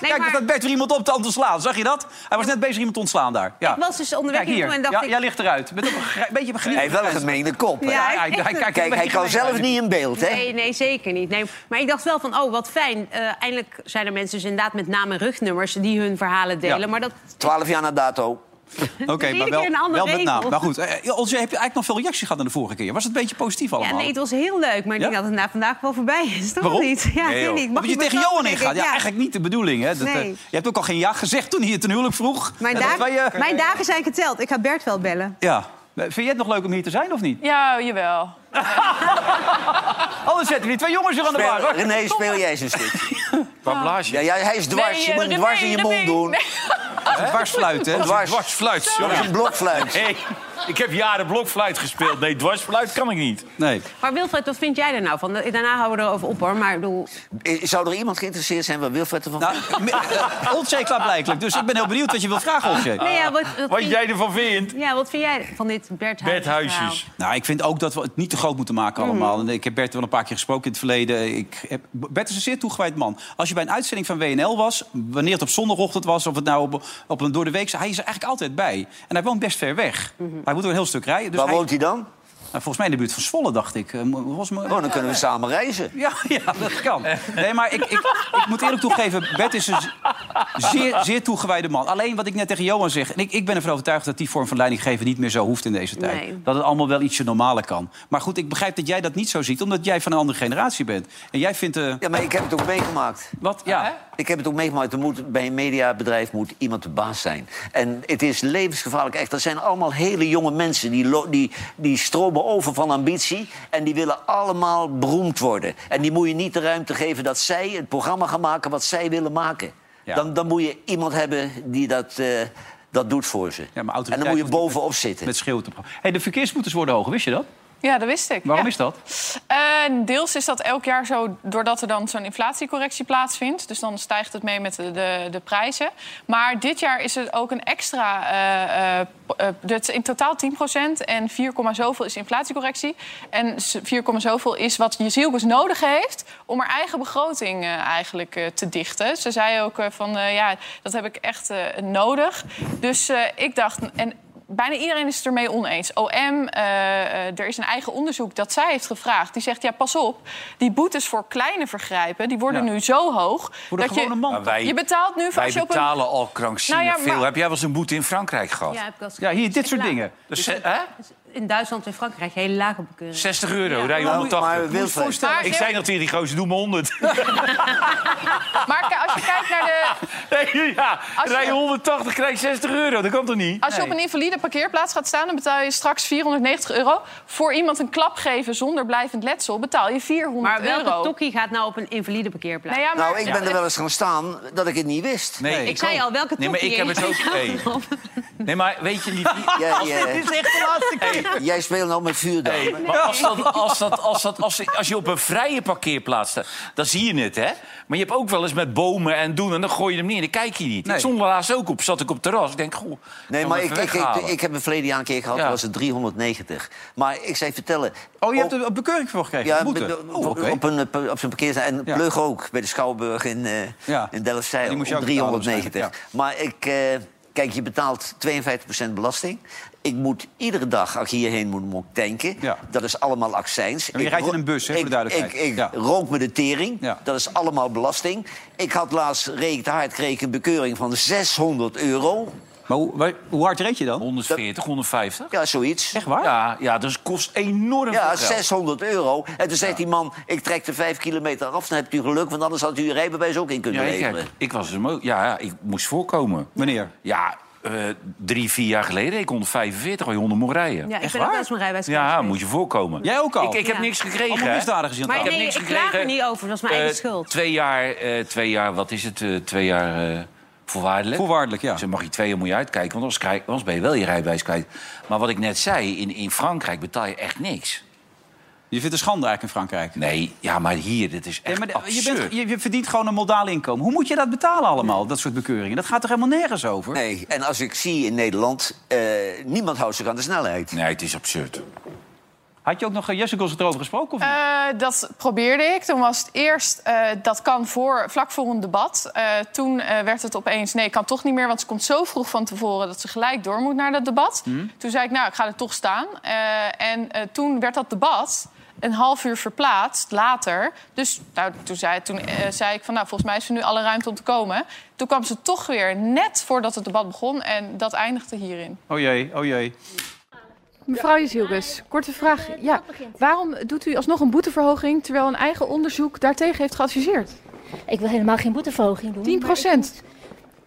S6: Nee,
S1: Kijk,
S6: maar-
S1: dat Bert weer iemand op te ontslaan. Zag je dat? Hij was net bezig iemand te ontslaan daar. Ja.
S6: Ik was dus onderweg
S1: Kijk hier.
S6: naartoe en dacht
S1: ja,
S6: ik-
S1: Jij ligt eruit. Met een ge- beetje
S3: Hij
S1: begrepen.
S3: heeft wel een gemene kop. hè?
S6: Ja,
S1: Ja, hij, hij kijkt
S3: Kijk,
S1: een
S3: hij
S1: beetje
S3: kan
S1: gemeen
S3: zelf
S1: uit.
S3: niet in beeld, hè?
S6: Nee, nee, zeker niet. Nee, maar ik dacht wel van, oh, wat fijn. Eh, eindelijk zijn er mensen dus inderdaad met naam en rugnummers... die hun verhalen delen.
S1: Ja.
S6: Maar dat,
S3: Twaalf jaar na dato.
S1: Oké,
S6: iedere
S1: maar wel,
S6: keer een andere
S1: wel met
S6: regel.
S1: naam. Maar goed, eh, Olsje, heb je eigenlijk nog veel reacties gehad aan de vorige keer? Was het een beetje positief
S6: ja,
S1: allemaal?
S6: nee, het was heel leuk. Maar ik
S1: Ja?
S6: denk dat het na vandaag wel voorbij is. Toch
S1: Waarom?
S6: niet? Ja, ik weet
S1: joh.
S6: niet.
S1: Omdat je tegen
S6: ik betrappen,
S1: Johan
S6: denk
S1: ingaat.
S6: ik.
S1: Ja, eigenlijk niet de bedoeling. Hè? Dat, eh,
S6: Nee.
S1: je hebt ook al geen ja gezegd toen hij het ten huwelijk vroeg.
S6: Mijn,
S1: En dat
S6: dagen-
S1: wij, eh,
S6: mijn dagen zijn geteld. Ik ga Bert wel bellen.
S1: Ja. Vind je het nog leuk om hier te zijn of niet?
S7: Ja, jawel.
S1: Anders zetten we die twee jongens weer aan de bar.
S3: Speel,
S1: hoor.
S3: René, speel jij zijn stuk.
S4: Qua blaasje.
S3: Ja, ja, hij is dwars.
S7: Nee,
S3: je
S7: eh,
S3: moet hem
S7: René,
S3: dwars in je
S7: René,
S3: mond doen.
S7: nee.
S1: Dwarsfluit, hè?
S3: Dwars.
S4: Dwarsfluit,
S3: Dat is
S4: jongen.
S3: een blokfluit.
S4: Hey, ik heb jaren blokfluit gespeeld. Nee, dwarsfluit kan ik niet.
S1: Nee.
S6: Maar Wilfred, wat vind jij er nou van? Daarna houden we erover op, hoor. Maar ik bedoel...
S3: Eh, Zou er iemand geïnteresseerd zijn waar Wilfred ervan
S4: dus
S1: Nou, Olsje klaarblijkelijk. Dus ik ben heel benieuwd wat je wilt vragen, Olsje.
S6: Nee, ja, wat, wat
S4: Wat
S6: vind-
S4: jij ervan vindt.
S6: ja, wat vind jij van dit Bert
S4: Bert
S6: Huisjes
S4: Huisjes.
S1: Nou, ik vind ook dat we het niet te groot moeten maken
S3: Hmm.
S1: allemaal. En Ik heb Bert wel een paar keer gesproken in het verleden. Ik heb, Bert is een zeer toegewijd man. Als je bij een uitzending van WNL was, wanneer het op zondagochtend was... of het nou op, op een door de week... hij is er eigenlijk altijd bij. En hij woont best ver weg. Hij moet ook een heel stuk rijden. Dus
S3: Waar
S1: hij-
S3: Mhm. woont hij dan?
S1: nou, volgens mij in de buurt van Zwolle, dacht ik. Eh, mo- Was me...
S3: Oh, dan kunnen we samen reizen.
S1: Ja, ja, dat kan. Nee, maar ik, ik, ik moet eerlijk toegeven, Bert is een zeer, zeer toegewijde man. Alleen wat ik net tegen Johan zeg, en ik, ik ben ervan overtuigd dat die vorm van leidinggeven niet meer zo hoeft in deze tijd.
S6: Nee.
S1: Dat het allemaal wel ietsje normaler kan. Maar goed, ik begrijp dat jij dat niet zo ziet, omdat jij van een andere generatie bent. En jij vindt. eh,
S3: Ja, maar ik heb het ook meegemaakt.
S1: wat? Ja.
S3: Ik heb het ook meegemaakt. Er moet, bij een mediabedrijf moet iemand de baas zijn. En het is levensgevaarlijk. Echt, dat zijn allemaal hele jonge mensen. Die, lo- die, die stromen over van ambitie. En die willen allemaal beroemd worden. En die moet je niet de ruimte geven dat zij het programma gaan maken wat zij willen maken.
S1: Ja.
S3: Dan, dan moet je iemand hebben die dat, eh, dat doet voor ze.
S1: maar
S3: en
S1: autoriteit
S3: dan moet je
S1: moet niet
S3: bovenop zitten.
S1: Met schreeuwen te hey, De verkeersboetes worden hoger, wist je dat?
S7: Ja, dat wist ik.
S1: Waarom
S7: ja.
S1: is dat?
S7: En deels is dat elk jaar zo doordat er dan zo'n inflatiecorrectie plaatsvindt. Dus dan stijgt het mee met de, de, de prijzen. Maar dit jaar is er ook een extra. eh, eh, po- eh, dat is in totaal 10% en 4, zoveel is inflatiecorrectie. En s- 4, zoveel is wat je zielkus nodig heeft om haar eigen begroting eh, eigenlijk eh, te dichten. Ze zei ook eh, van eh, ja, dat heb ik echt eh, nodig. Dus eh, ik dacht. En Bijna iedereen is het ermee oneens. OM, eh, eh, er is een eigen onderzoek dat zij heeft gevraagd. Die zegt, ja, pas op, die boetes voor kleine vergrijpen... die worden
S1: Ja.
S7: nu zo hoog...
S1: Voor de
S7: dat je,
S1: gewone man.
S4: Maar wij,
S7: je betaalt nu voor
S4: wij
S7: als je op een...
S4: betalen al krankzinnig
S7: Nou ja, maar-
S4: veel. Heb jij wel eens een boete in Frankrijk gehad?
S6: Ja, heb ik wel eens-
S1: Ja, hier, dit soort
S6: Ja.
S1: dingen.
S4: Dus, hè?
S6: In Duitsland en Frankrijk hele lage bekeuring.
S4: 60 euro, rij je
S3: Nou,
S4: 180.
S3: maar Wilfred,
S7: Maar,
S4: ik zei nog tegen die gozer, doe me 100.
S7: maar k- als je kijkt naar de...
S4: Nee, ja,
S7: Als je-
S4: rij je 180, krijg je 60 euro. Dat kan toch niet?
S7: Als je op een invalide parkeerplaats gaat staan... dan betaal je straks 490 euro. Voor iemand een klap geven zonder blijvend letsel... betaal je 400
S6: Maar welke
S7: euro.
S6: tokkie gaat nou op een invalide parkeerplaats?
S7: Nee, ja, maar-
S3: nou, ik ben er wel eens gaan staan dat ik het niet wist.
S4: Nee,
S6: ik zei
S4: ook.
S6: al, welke
S4: Nee, maar ik
S6: tokkie? nou
S4: heb het ook. Nee, nee maar weet je niet...
S3: Jij, eh,
S1: is echt de laatste keer.
S3: jij speelt nou met vuurdoden.
S4: Maar als, dat, als, dat, als, dat, als, als je op een vrije parkeerplaats staat, dan zie je het, hè? Maar je hebt ook wel eens met bomen en doen en dan gooi je hem neer en dan kijk je niet.
S1: Nee.
S4: Ik stond er laatst ook op, zat ik op het terras. Ik denk, goh, ik
S3: Nee,
S4: zal
S3: maar
S4: hem
S3: ik,
S4: even
S3: ik, ik,
S4: weghalen.
S3: ik heb een verleden jaar een keer gehad,
S4: Ja.
S3: toen was het 390. Maar ik zei vertellen...
S1: Oh, je hebt
S3: op-
S1: er een bekeuring voor gekregen.
S3: ja,
S1: boete.
S3: be-
S1: Oh, oké.
S3: op, een, eh, op zijn parkeer en
S1: Ja.
S3: Pleug ook, bij de Schouwburg in, eh
S1: Ja.
S3: in delft
S1: Die
S3: op
S1: moest je ook betalen
S3: 390.
S1: waarschijnlijk,
S3: Maar ik... eh, kijk, je betaalt 52% belasting. Ik moet iedere dag, als ik hierheen moet, moet ik tanken.
S1: Ja.
S3: Dat is allemaal accijns.
S1: En je
S3: Ik
S1: rijdt in
S3: ro-
S1: een bus, hè, voor de
S3: ik-
S1: duidelijkheid.
S3: Ik, ik
S1: Ja.
S3: rook me de tering.
S1: Ja.
S3: Dat is allemaal belasting. Ik had laatst, reed ik te hard, kreeg ik een bekeuring van 600 euro.
S4: Maar hoe, waar- hoe hard reed je dan?
S1: 140, 150.
S3: Ja, zoiets.
S4: Echt waar?
S1: Ja, ja, dus het kost enorm
S3: Ja,
S1: veel geld.
S3: 600 euro. En toen zegt die man, ik trek de vijf kilometer af. Dan hebt u geluk, want anders had u uw rijbewijs ook in
S1: Ja,
S3: kunnen
S1: ik,
S3: regelen.
S1: heb- ik was er ook. Ja, ja, ik moest voorkomen.
S4: Wanneer?
S1: Ja, eh, drie, vier jaar geleden reed ik 145 waar je 100 mocht rijden.
S6: Ja, ik
S4: Echt
S6: ben ook
S4: waar?
S6: wel eens mijn rijbewijs
S1: Ja,
S6: kwijt.
S1: moet je voorkomen.
S4: Jij ook al?
S1: Ik, ik heb
S6: Ja.
S1: niks gekregen.
S4: Allemaal
S1: hè?
S4: misdadigers in het
S6: Maar
S1: Ik
S4: land.
S1: heb
S6: nee,
S1: niks
S6: ik klaag er
S1: gekregen.
S6: niet over. Dat is mijn eigen
S1: Eh,
S6: schuld.
S1: Twee jaar, eh, twee jaar, wat is het? eh, twee jaar eh voorwaardelijk.
S4: Voorwaardelijk, ja.
S1: Dus dan mag je twee jaar moet je uitkijken, want anders, krijg- anders ben je wel je rijbewijs kwijt. Maar wat ik net zei, in, in Frankrijk betaal je echt niks.
S4: Je vindt het schande eigenlijk in Frankrijk.
S1: Nee, ja, maar hier, dit is
S4: Ja,
S1: echt
S4: maar de- je,
S1: absurd.
S4: bent, je, je verdient gewoon een modaal inkomen. Hoe moet je dat betalen allemaal, dat soort bekeuringen? Dat gaat toch helemaal nergens over?
S3: Nee, en als ik zie in Nederland, eh, niemand houdt zich aan de snelheid.
S1: Nee, het is absurd.
S4: Had je ook nog eh, Jessica het erover gesproken? Of niet?
S7: Eh, dat probeerde ik. Toen was het eerst, eh, dat kan voor, vlak voor een debat. Eh, toen eh, werd het opeens, nee, kan toch niet meer... want ze komt zo vroeg van tevoren dat ze gelijk door moet naar dat debat. Toen zei ik, nou, ik ga er toch staan. Eh, en eh, toen werd dat debat een half uur verplaatst, later. Dus nou, toen, zei, toen eh, zei ik van, nou, volgens mij is er nu alle ruimte om te komen. Toen kwam ze toch weer net voordat het debat begon... en dat eindigde hierin.
S4: Oh jee, oh jee.
S11: Mevrouw Jezielbes, korte vraag. Ja, Eh, waarom doet u alsnog een boeteverhoging terwijl een eigen onderzoek daartegen heeft geadviseerd?
S12: Ik wil helemaal geen boeteverhoging doen.
S11: 10 procent.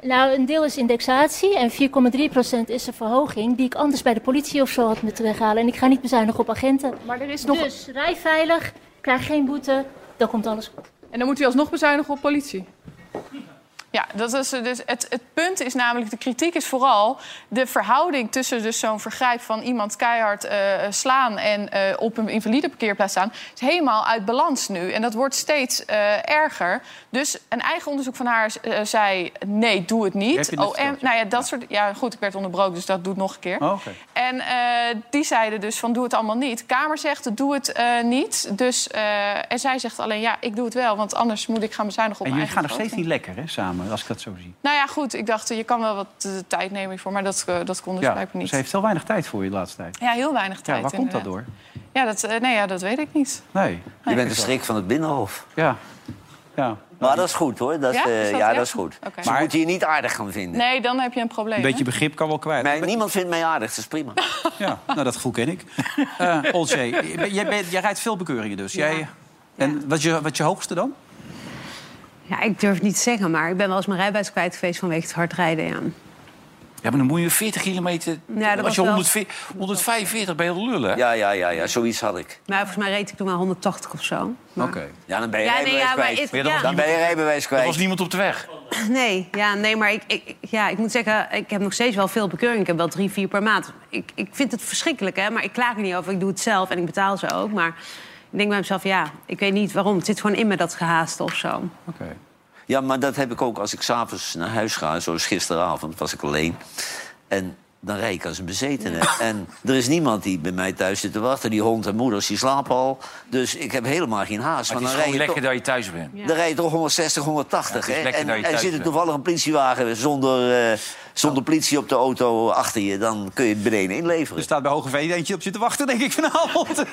S12: Nou, een deel is indexatie en 4,3% is een verhoging die ik anders bij de politie of zo had moeten weghalen. En ik ga niet bezuinigen op agenten.
S11: Maar er is nog.
S12: Dus rij veilig, krijg geen boete, dan komt alles goed.
S11: En dan moet u alsnog bezuinigen op politie.
S7: Ja, dat is eh, dus het, het punt is namelijk, de kritiek is vooral de verhouding tussen dus zo'n vergrijp van iemand keihard eh, eh, slaan en eh, op een invalide parkeerplaats staan, is helemaal uit balans nu. En dat wordt steeds eh, erger. Dus een eigen onderzoek van haar eh, zei: nee, doe het
S4: Heb je
S7: niet.
S4: net
S7: en,
S4: verteld, ja.
S7: nou ja, dat soort. Ja, goed, ik werd onderbroken, dus dat doet nog een keer.
S4: Oh, oké.
S7: En eh, die zeiden dus van doe het allemaal niet. Kamer zegt doe het eh, niet. Dus, eh, en zij zegt alleen ja, ik doe het wel, want anders moet ik gaan bezuinigen op
S4: En
S7: mijn
S4: jullie
S7: eigen
S4: gaan nog steeds niet
S7: begroting.
S4: lekker, hè, samen, als ik dat zo zie.
S7: Nou ja, goed. Ik dacht, eh, je kan wel wat eh, tijd nemen voor, maar dat, eh, dat kon dus blijkbaar niet.
S4: ze heeft heel weinig tijd voor je de laatste tijd.
S7: Ja, heel weinig tijd.
S4: Ja, waar komt dat
S7: inderdaad.
S4: door?
S7: Ja, dat, eh, nee, ja, dat weet ik niet.
S4: Nee.
S3: Je bent een strik van het Binnenhof.
S4: Ja. ja.
S3: Maar dat is goed, hoor. Dat, is,
S7: Ja?
S3: eh,
S7: Is dat
S3: ja,
S7: echt?
S3: dat is goed.
S7: Oké.
S3: Ze
S7: Maar-
S3: moeten je niet aardig gaan vinden.
S7: Nee, dan heb je een probleem.
S4: Een beetje
S7: hè?
S4: begrip kan wel kwijt.
S3: Mij- niemand vindt mij aardig, dat is prima.
S4: Ja, nou, dat gevoel ken ik. Eh Olcay, jij, bent- jij rijdt veel bekeuringen dus. Jij, en wat is je, wat is je hoogste dan?
S6: Ja, ik durf het niet te zeggen, maar ik ben wel eens mijn rijbewijs kwijt geweest vanwege het hard rijden. Ja.
S1: Ja, maar dan moet je 40 kilometer...
S6: Ja, dat
S1: als
S6: was
S1: je
S6: wel-
S1: 140, 145 ben je al lullen. hè?
S3: Ja, ja, ja, ja, zoiets had ik.
S6: Maar volgens mij reed ik toen maar 180 of zo. Maar-
S3: Ja, dan ben je
S6: Ja, nee,
S3: rijbewijs
S6: ja, maar
S3: kwijt.
S6: het- Ja, dat was
S3: Dan ben je rijbewijs
S1: Er
S3: kwijt.
S1: was niemand op de weg.
S6: Nee, ja, nee maar ik, ik, ja, ik moet zeggen, ik heb nog steeds wel veel bekeuringen. Ik heb wel drie, vier per maand. Ik, ik vind het verschrikkelijk, hè, maar ik klaag er niet over. Ik doe het zelf en ik betaal ze ook. Maar ik denk bij mezelf, ja, ik weet niet waarom. Het zit gewoon in me, dat gehaast of zo.
S4: Oké.
S3: Ja, maar dat heb ik ook als ik s'avonds naar huis ga. Zoals gisteravond was ik alleen. En dan rijd ik als een bezetene. En er is niemand die bij mij thuis zit te wachten. Die hond en moeders, die slapen al. Dus ik heb helemaal geen haast.
S1: Maar het
S3: Want dan
S1: is
S3: rij
S1: gewoon
S3: je
S1: lekker
S3: toch-
S1: dat je thuis bent.
S3: Dan rijd je toch 160, 180.
S1: Ja, het is
S3: hè?
S1: lekker
S3: En,
S1: dat je
S3: en
S1: thuis
S3: zit er
S1: bent.
S3: toevallig een politiewagen zonder, eh, zonder politie op de auto achter je... dan kun je het beneden
S1: Dus
S4: Er
S3: inleveren.
S4: staat bij Hogeveen eentje op zitten wachten, denk ik, vanavond.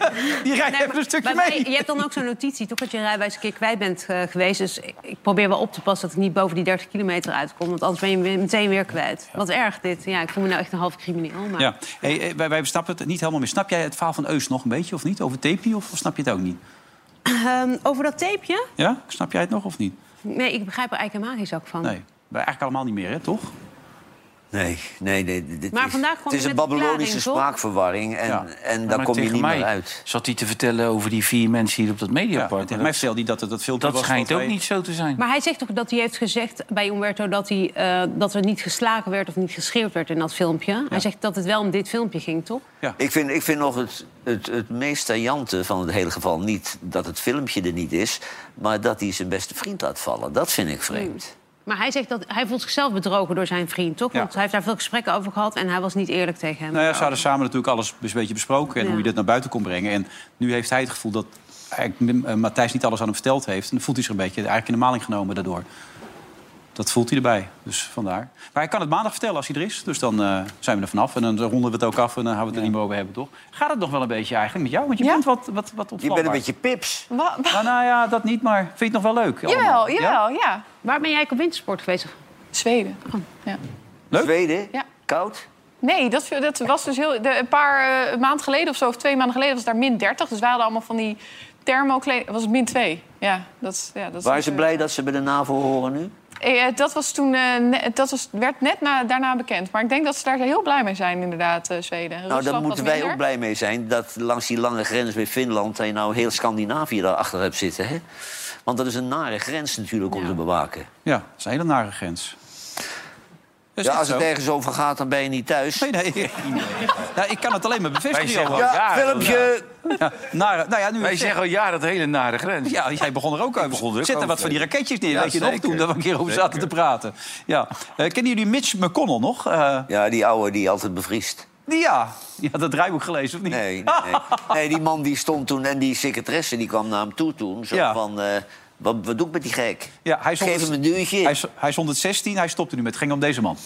S4: Die rijdt
S6: Nee,
S4: even een stukje
S6: maar
S4: mee.
S6: Je hebt dan ook zo'n notitie, toch, dat je rijbewijs een keer kwijt bent eh, geweest. Dus ik, ik probeer wel op te passen dat ik niet boven die 30 kilometer uitkom. Want anders ben je weer- meteen weer kwijt. Wat erg dit. Ja, ik voel me nou echt een half crimineel. Maar...
S4: Ja. Hey, eh, wij, wij snappen het niet helemaal meer. Snap jij het verhaal van Eus nog een beetje of niet? Over Tepi of, of snap je het ook niet?
S6: Ehm, over dat tapeje?
S4: Ja? Snap jij het nog of niet?
S6: Nee, ik begrijp er eigenlijk helemaal geen zak van.
S4: Nee. Wij eigenlijk allemaal niet meer, hè, toch?
S3: Nee, nee, nee. dit
S6: Maar
S3: is,
S6: vandaag kwam
S3: het is
S6: je
S3: een
S6: met een
S3: Babylonische
S6: verklaring, toch?
S3: spraakverwarring. En,
S4: Ja.
S3: en
S1: Maar
S3: daar kom je
S1: tegen
S3: niet
S1: mij
S3: meer uit.
S1: zat hij te vertellen over die vier mensen hier op dat
S4: Ja.
S1: mediapark.
S4: tegen
S1: Maar
S4: mij
S1: dat-
S4: vertelde hij dat het dat filmpje
S1: dat
S4: was wat
S1: schijnt ook
S4: wij-
S1: niet zo te zijn.
S6: Maar hij zegt toch dat hij heeft gezegd bij Umberto dat, hij, eh, dat er niet geslagen werd of niet geschreeuwd werd in dat filmpje. Hij zegt dat het wel om dit filmpje ging, toch?
S3: Ik vind, ik vind nog het, het, het meest saillante van het hele geval niet dat het filmpje er niet is, maar dat hij zijn beste vriend laat vallen. Dat vind ik
S7: Hmm.
S3: vreemd.
S6: Maar hij zegt dat hij voelt zichzelf bedrogen door zijn vriend, toch?
S4: Ja.
S6: Want hij heeft daar veel gesprekken over gehad en hij was niet eerlijk tegen hem.
S4: Nou ja, ze hadden samen natuurlijk alles een beetje besproken... en
S6: Ja.
S4: hoe je dat naar buiten kon brengen. En nu heeft hij het gevoel dat eigenlijk, eh, Matthijs niet alles aan hem verteld heeft. En dan voelt hij zich een beetje eigenlijk in de maling genomen daardoor. Dat voelt hij erbij, dus vandaar. Maar hij kan het maandag vertellen als hij er is. Dus dan eh, zijn we er vanaf en dan ronden we het ook af... en dan gaan we het er niet meer over hebben, toch? Gaat het nog wel een beetje eigenlijk met jou? Want je
S7: Ja.
S4: bent wat, wat, wat
S3: Je bent een
S4: ontvlambaar.
S3: beetje pips.
S7: Wa- wa-
S4: Nou, nou ja, dat niet, maar vind je het nog wel leuk? allemaal?
S7: jawel,
S4: Ja?
S7: jawel, ja?
S6: Waar ben jij op wintersport geweest?
S7: Zweden.
S3: Zweden?
S7: Ja.
S3: Koud?
S7: Nee, dat, dat was dus heel. De, een paar eh, maand geleden of zo, of twee maanden geleden, was daar min 30. Dus we hadden allemaal van die thermokleding. Was het min 2? Ja, dat, is- ja, dat
S3: Waren
S7: is
S3: ze
S7: natuurlijk-
S3: blij dat ze bij de NAVO horen nu?
S7: Eh, dat was toen, eh, ne- dat was, werd net na, daarna bekend. Maar ik denk dat ze daar heel blij mee zijn, inderdaad, eh, Zweden.
S3: Nou,
S7: Rusland
S3: daar
S7: wat
S3: moeten wij
S7: minder.
S3: ook blij mee zijn. Dat langs die lange grens met Finland... dat je nou heel Scandinavië daarachter hebt zitten. Hè? Want dat is een nare grens natuurlijk om te bewaken.
S4: Ja, dat is een hele nare grens. Dat is
S3: Ja,
S4: echt
S3: als het
S4: zo.
S3: ergens over gaat, dan ben je niet thuis.
S4: Nee, nee. Ja, ik kan het alleen maar bevestigen.
S1: zeggen
S4: Johan.
S1: wel ja,
S3: filmpje!
S4: Ja, nare- nou ja, nu
S1: Wij
S4: ik zeg-
S1: zeggen al ja, dat hele nare grens.
S4: Ja, jij begon er ook over.
S1: begon er ook
S4: Zet er
S1: over.
S4: wat van die raketjes neer,
S1: Ja,
S4: weet je nog,
S1: zeker.
S4: toen dat we een keer over
S1: Zeker.
S4: zaten te praten. Ja. Eh, kennen jullie Mitch McConnell nog? Eh,
S3: Ja, die ouwe die altijd bevriest.
S4: die, ja. ja, dat draaiboek gelezen, of niet?
S3: Nee, nee, nee. nee, die man die stond toen en die secretaresse die kwam naar hem toe toen. Zo
S4: Ja.
S3: van, eh, wat, wat doe ik met die gek?
S4: Ja, hij is
S3: Geef
S4: honderd-
S3: hem een duwtje.
S4: Hij is, hij is 116, hij stopte nu met. Het ging om deze man.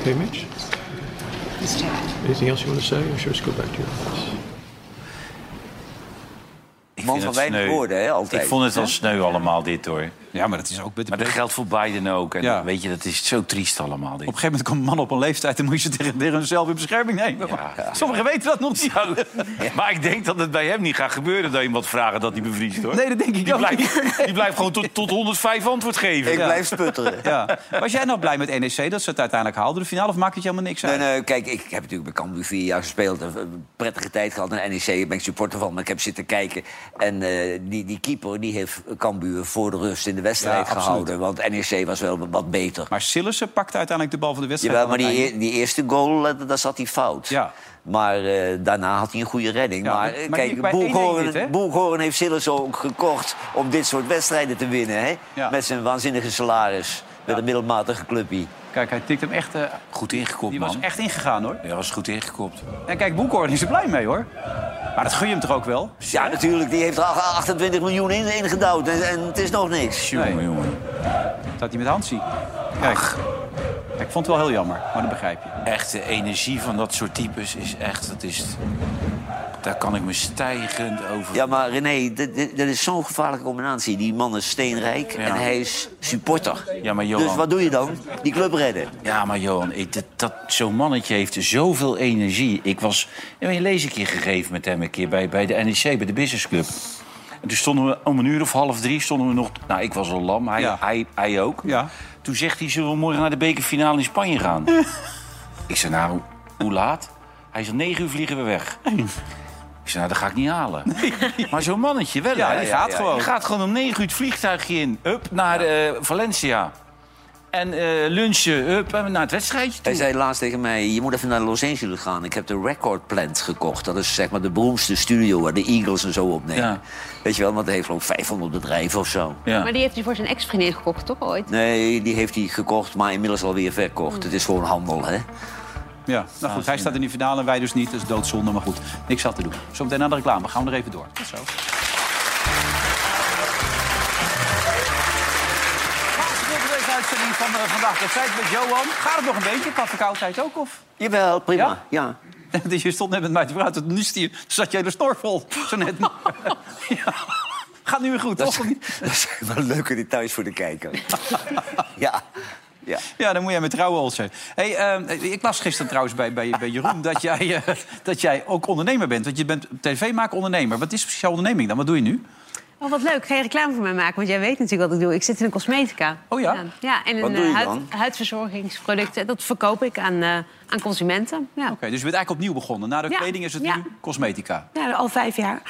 S13: Okay, Mitch? Anything else you want to say? Or should we just go back to your office?
S1: Ik
S3: man
S1: vind
S3: van
S1: het
S3: weinig
S1: sneu.
S3: woorden, hè, altijd.
S1: Ik vond het wel sneu allemaal, dit hoor.
S4: Ja, maar dat is ook... bij de-
S1: Maar dat geldt voor Biden ook. En
S4: Ja.
S1: dat- weet je, dat is zo triest allemaal. Dit.
S4: Op een gegeven moment komt een man op een leeftijd... en moet je ze tegen, tegen hunzelf in bescherming nemen.
S1: Ja.
S4: Maar Sommigen weten dat nog niet.
S1: Nou, Maar ik denk dat het bij hem niet gaat gebeuren dat iemand vragen dat hij bevriest hoor.
S4: Nee, dat denk ik
S1: die
S4: ook
S1: blijft,
S4: niet.
S1: die blijft gewoon tot, tot 105 antwoord geven.
S3: Ik blijf sputteren.
S4: Ja. Was jij nou blij met NEC dat ze het uiteindelijk haalden, de finale? Of maakt het je helemaal niks uit?
S3: Nee, nee, kijk, ik heb natuurlijk bij Cambuur vier jaar gespeeld. Een een prettige tijd gehad naar NEC. Daar ben ik supporter van, maar ik heb zitten kijken. En eh, die, die keeper die heeft Cambuur voor de rust in de wedstrijd
S4: Ja, absoluut.
S3: gehouden. Want NEC was wel wat beter.
S4: Maar Sillissen pakte uiteindelijk de bal van de wedstrijd.
S3: Jawel, maar
S4: aan het
S3: die,
S4: einde.
S3: e- die eerste goal, eh, daar zat hij fout.
S4: Ja.
S3: Maar eh, daarna had hij een goede redding.
S4: Ja,
S3: maar
S4: maar-
S3: eh,
S4: maar hier bij 1-1
S3: kijk,
S4: dit, hè?
S3: Boelgoren- Boelgoren heeft Sillers ook gekocht om dit soort wedstrijden te winnen. Hè?
S4: Ja.
S3: Met zijn waanzinnige salaris. Met een middelmatige clubje.
S4: Kijk, hij tikt hem echt... eh,
S1: Goed ingekopt,
S4: die
S1: man.
S4: was echt ingegaan, hoor.
S1: Ja, was goed ingekopt.
S4: En kijk, Boekhoorn is er blij mee, hoor. Maar dat gun je hem toch ook wel?
S3: Ja, natuurlijk. Die heeft er 28 miljoen in, in gedouwd. En, en het is nog niks.
S1: Jongen,
S4: Nee.
S1: jongen.
S4: Dat hij met Hansie. Kijk, ik vond het wel heel jammer, maar dat begrijp je.
S1: Echt, de energie van dat soort types is echt... Dat is, daar kan ik me stijgend over...
S3: Ja, maar René, dit- dit- dat is zo'n gevaarlijke combinatie. Die man is steenrijk en hij is supporter.
S1: Ja, maar Johan-
S3: dus wat doe je dan? Die club redden.
S1: Ja, maar Johan, ik, dat, dat, zo'n mannetje heeft zoveel energie. Ik was ik een lezingje gegeven met hem een keer bij, bij de NEC, bij de Business Club. En toen stonden we om een uur of half drie, stonden we nog... Nou, ik was al lam, hij,
S4: Ja.
S1: hij, hij ook.
S4: Ja.
S1: Toen zegt hij, zullen we morgen naar de bekerfinale in Spanje gaan? ik zei, nou, hoe- hoe laat? Hij zei, negen uur vliegen we weg. Ik zei, nou, dat ga ik niet halen. Maar zo'n mannetje wel,
S4: Ja,
S1: hè?
S4: die gaat gewoon.
S1: Die gaat gewoon om negen uur het vliegtuigje in. Up naar eh, Valencia. En eh, lunchen, up, en naar het wedstrijdje toe.
S3: Hij zei laatst tegen mij, je moet even naar Los Angeles gaan. Ik heb de Record Plant gekocht. Dat is zeg maar de beroemdste studio waar de Eagles en zo opnemen.
S1: Ja.
S3: Weet je wel, want hij heeft geloof ik 500 bedrijven of zo.
S1: Ja.
S6: Maar die heeft hij voor zijn ex-vriendin gekocht, toch ooit?
S3: Nee, die heeft hij gekocht, maar inmiddels alweer verkocht. Het is gewoon handel, hè?
S4: Ja, nou goed, hij staat in die finale en wij dus niet. Dat is doodzonde, maar goed, niks aan te doen. Zometeen naar de reclame, gaan we er even door. Tot zo. Laatste deel van deze uitzending van eh, Vandaag de Tijd met Johan. Gaat het nog een beetje? Qua verkoudheid ook, of?
S3: Jawel, prima.
S4: Ja?
S3: Ja?
S4: Dus je stond net met mij te praten, toen is die- zat jij de snor vol. Zo net. ja. Gaat nu weer goed,
S3: Dat,
S4: toch?
S3: zijn, dat zijn wel leuke details voor de kijker. ja. ja.
S4: Ja, dan moet jij met trouwen al zijn. Hey, ehm, ik las gisteren trouwens bij, bij, bij Jeroen dat jij, eh, dat jij ook ondernemer bent. Want je bent tv-maker ondernemer. Wat is precies jouw onderneming dan? Wat doe je nu?
S6: Oh, wat leuk. Ga je reclame voor mij maken? Want jij weet natuurlijk wat ik doe. Ik zit in een cosmetica.
S4: Oh ja?
S6: Ja, en
S3: Wat
S6: een
S3: doe je
S6: eh, huid-
S3: dan?
S6: huidverzorgingsproducten. Dat verkoop ik aan, eh, aan consumenten. Ja.
S4: Oké, dus je bent eigenlijk opnieuw begonnen. Na de
S6: Ja.
S4: kleding is het
S6: Ja.
S4: nu cosmetica.
S6: Ja, al vijf jaar.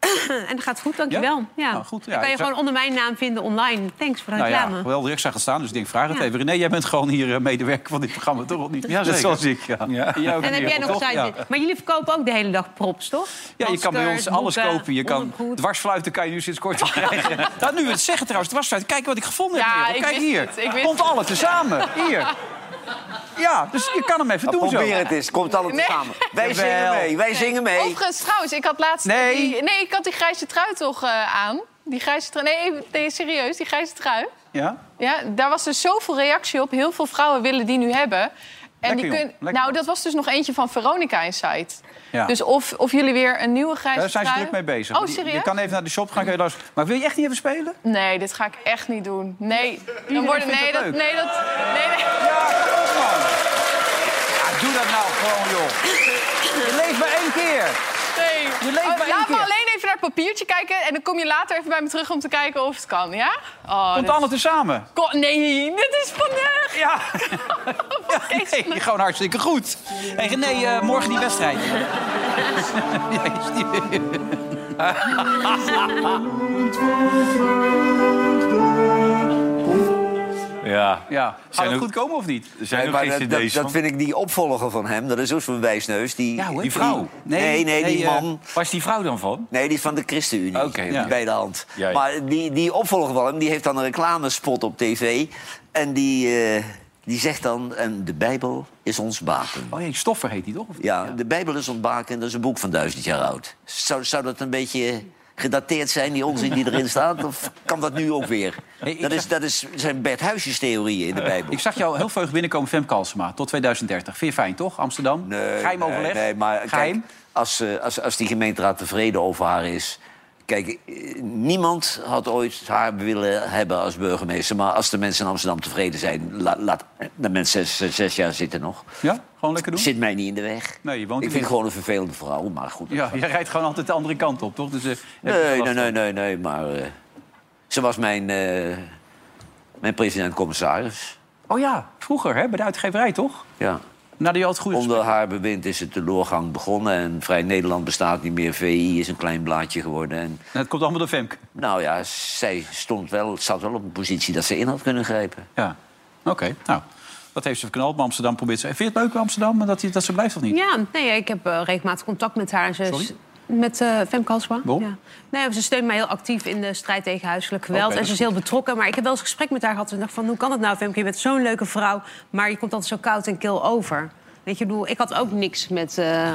S6: en dat gaat goed, dankjewel.
S4: Ja?
S6: Ja?
S4: Nou, goed, ja,
S6: Dan kan je
S4: ik zou-
S6: gewoon onder mijn naam vinden online. Thanks voor de
S4: Nou
S6: reclame.
S4: ja, geweldig. Ik zag het staan, dus ik denk, vraag het
S6: Ja.
S4: even. René, jij bent gewoon hier eh, medewerker van dit programma, toch? Of niet?
S1: Ja,
S4: Net
S1: zeker.
S4: zoals ik, ja. En jij ook,
S6: en heb jij
S4: Merel,
S6: nog
S4: toch?
S6: site?
S4: Ja.
S6: Maar jullie verkopen ook de hele dag props, toch?
S4: Ja, je kan bij ons
S6: Maskers,
S4: alles
S6: boeken,
S4: kopen. Je kan
S6: ondergoed.
S4: dwarsfluiten kan je nu sinds kort krijgen. Laat nu we het zeggen trouwens, dwarsfluiten. Kijk wat ik gevonden heb.
S7: Ja,
S4: Merel.
S7: ik
S4: Kijk
S7: wist
S4: hier.
S7: het, ik wist
S4: Komt alle tezamen. Hier. Ja, dus je kan hem even doen zo.
S3: Probeer het eens, komt allemaal
S7: Nee.
S3: samen. Wij
S4: Jawel.
S3: zingen mee, wij zingen mee.
S7: Overigens, trouwens, ik had laatst...
S4: Nee.
S7: Die, nee, ik had die grijze trui toch eh, aan. Die grijze trui. Nee, nee, serieus, die grijze trui.
S4: Ja?
S7: Ja, daar was dus zoveel reactie op. Heel veel vrouwen willen die nu hebben. En
S4: Lekker,
S7: die
S4: joh.
S7: kun...
S4: Lekker.
S7: Nou, dat was dus nog eentje van Veronica Insight.
S4: Ja.
S7: Dus of, of jullie weer een nieuwe grijze
S4: Daar zijn ze
S7: trui-
S4: druk mee bezig.
S7: Oh,
S4: Die-
S7: serieus?
S4: Je kan even naar de shop gaan. Kun je luisteren. Maar wil je echt niet even spelen?
S7: Nee, dit ga ik echt niet doen. Nee, dan worden...
S4: vindt
S7: Nee,
S4: dat
S7: dat...
S4: leuk.
S7: Nee, dat... Nee, nee.
S4: Ah, doe dat nou gewoon, joh. Je leeft maar één
S7: Oh,
S4: keer.
S7: nee.
S4: Je leeft
S7: Oh,
S4: maar één
S7: laat me
S4: keer.
S7: alleen even naar het papiertje kijken... en dan kom je later even bij me terug om te kijken of het kan, ja? Oh,
S4: Komt
S7: dit-
S4: allemaal tezamen.
S7: Ko- Nee, dit is vandaag. Oh,
S4: Ja. ja nee, gewoon hartstikke goed. Hey, René, eh, morgen die wedstrijd. ja, is die...
S1: Ja.
S4: ja. Zou
S1: Zijn
S4: dat
S1: ook-
S4: goed komen of niet?
S1: Er zijn
S3: Nee,
S1: nog
S3: maar
S1: geen
S3: dat,
S1: cd's
S3: dat-
S1: van.
S3: dat vind ik die opvolger van hem. Dat is ook zo'n wijsneus. Die,
S4: Ja, hoe heet
S3: die
S4: die vrouw?
S3: Nee, nee, die
S4: eh,
S3: man.
S1: Waar is die vrouw dan van?
S3: Nee, die is van de ChristenUnie.
S1: Oké,
S3: Die
S1: ja.
S3: Bij de hand.
S1: Ja, ja.
S3: Maar die, die opvolger van hem die heeft dan een reclamespot op tv. En die, eh, die zegt dan... En de Bijbel is ons baken.
S4: Oh jee, Stoffer heet die toch? Of niet?
S3: Ja, de Bijbel is ontbaken. Dat is een boek van duizend jaar oud. Zou, zou dat een beetje gedateerd zijn, die onzin die erin staat? Of kan dat nu ook weer?
S4: Hey, ik
S3: dat, is,
S4: zag-
S3: dat is, zijn Bert Huisjes-theorieën in de Bijbel.
S4: Ik zag jou heel veug binnenkomen, Femke Halsema. Tot 2030. Vind je fijn, toch? Amsterdam? Geheim
S3: nee,
S4: overleg?
S3: Nee, maar
S4: Geheim?
S3: Kijk, als, eh, als, als die gemeenteraad tevreden over haar is... Kijk, eh, niemand had ooit haar willen hebben als burgemeester. Maar als de mensen in Amsterdam tevreden zijn... la- laat de mensen zes, zes jaar zitten nog.
S4: Ja? Gewoon lekker doen?
S3: Zit mij niet in de weg.
S4: Nee, je woont
S3: ik
S4: er
S3: vind
S4: niet.
S3: gewoon een vervelende vrouw, maar goed.
S4: Ja, je rijdt gewoon altijd de andere kant op, toch? Dus, eh, heb je geen
S3: Nee,
S4: last
S3: nee,
S4: van.
S3: nee, nee, nee, maar eh, ze was mijn, eh, mijn president-commissaris.
S4: Oh ja, vroeger, hè? Bij de uitgeverij, toch?
S3: Ja.
S4: Nadat je al het goede
S3: Onder haar bewind is het teleurgang begonnen en Vrij Nederland bestaat niet meer. VI is een klein blaadje geworden. En,
S4: gesprek- Het komt allemaal door Femke.
S3: nou ja, zij stond wel, zat wel op een positie dat ze in had kunnen grijpen.
S4: Ja, oké. Nou, dat heeft ze verknald. Maar Amsterdam probeert ze... Vind je het leuk bij Amsterdam maar dat, die- dat ze blijft of niet?
S6: Ja, nee, ik heb eh, regelmatig contact met haar. Ze
S4: Sorry?
S6: Met eh Femke Halsema.
S4: Waarom?
S6: Ja. Nee, ze steunt mij heel actief in de strijd tegen huiselijk geweld.
S4: Oké,
S6: en
S4: dat
S6: ze
S4: is
S6: is heel betrokken. Maar ik heb wel eens een gesprek met haar gehad. En dacht van, hoe kan het nou, Femke? Je bent zo'n leuke vrouw. Maar je komt altijd zo koud en kil over. Weet je, ik bedoel, ik had ook niks met eh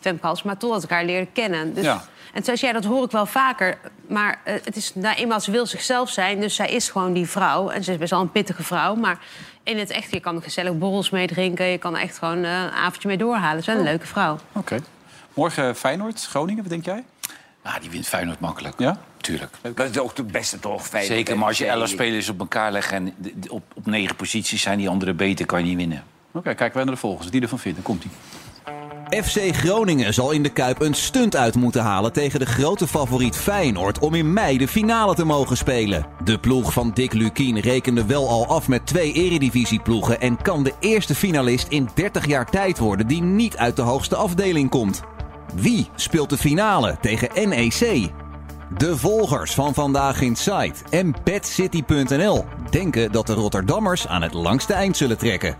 S6: Femke Halsema. Totdat ik haar leerde kennen. Dus,
S4: Ja.
S6: En toen zei ze, ja, dat hoor ik wel vaker. Maar eh, het is nou eenmaal, ze wil zichzelf zijn. Dus zij is gewoon die vrouw. En ze is best wel een pittige vrouw. Maar in het echt, je kan gezellig borrels mee drinken. Je kan er echt gewoon eh, een avondje mee doorhalen. Ze is wel een leuke vrouw.
S4: Oké. Morgen Feyenoord, Groningen, wat denk jij?
S1: Nou, die wint Feyenoord makkelijk.
S4: Ja?
S1: Tuurlijk.
S3: Dat is ook de beste toch? Fijn.
S1: Zeker, maar als je elf spelers op elkaar legt en de- de- op, op negen posities zijn die anderen beter, kan je niet winnen.
S4: Oké, kijken wij naar de volgende. Die ervan vindt, dan komt ie.
S9: FC Groningen zal in de Kuip een stunt uit moeten halen tegen de grote favoriet Feyenoord om in mei de finale te mogen spelen. De ploeg van Dick Lukien rekende wel al af met twee eredivisieploegen en kan de eerste finalist in 30 jaar tijd worden die niet uit de hoogste afdeling komt. Wie speelt de finale tegen NEC? De volgers van Vandaag in Sight en BadCity.nl denken dat de Rotterdammers aan het langste eind zullen trekken.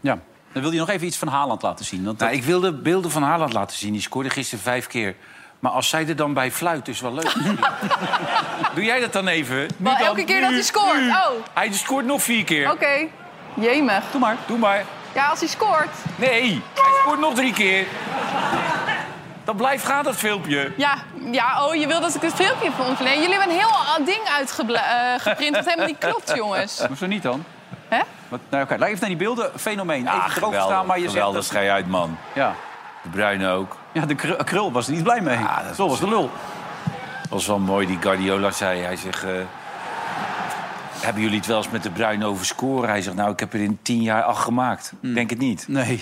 S4: Ja. Dan wil je nog even iets van Haaland laten zien. Want dat-
S1: Nou, ik wilde beelden van Haaland laten zien. Die scoorde gisteren vijf keer. Maar als zij er dan bij fluit, is wel leuk. Doe jij dat dan even? Nu
S7: Maar
S1: dan,
S7: Oh, elke keer dat
S1: nu,
S7: hij scoort.
S1: nu.
S7: Oh,
S1: Hij scoort nog vier keer.
S7: oké. Jemig.
S4: Doe maar.
S1: Doe maar.
S7: Ja, als hij scoort.
S1: Nee, hij scoort nog drie keer. Dan blijft gaan dat filmpje.
S7: Ja, ja, oh, je wil dat ik het filmpje van ons Jullie hebben een heel a- ding uitgeprint dat helemaal niet klopt, jongens.
S4: Maar zo niet dan.
S7: Hè?
S4: Wat, nou, oké, laat even naar die beelden. Fenomeen.
S1: Ah,
S4: even
S1: geweldig.
S4: staan, maar je
S1: geweldig,
S4: zegt...
S1: schei uit, man.
S4: dat- Ja.
S1: De Bruyne ook.
S4: ja, de kru- krul was er niet blij mee.
S1: Ja, dat
S4: zo was de lul.
S1: was wel mooi, die Guardiola zei. Hij zegt... eh, hebben jullie het wel eens met de Bruyne over scoren? Hij zegt, nou, ik heb er in tien jaar acht gemaakt.
S4: Hmm.
S1: Ik Denk het niet.
S4: Nee.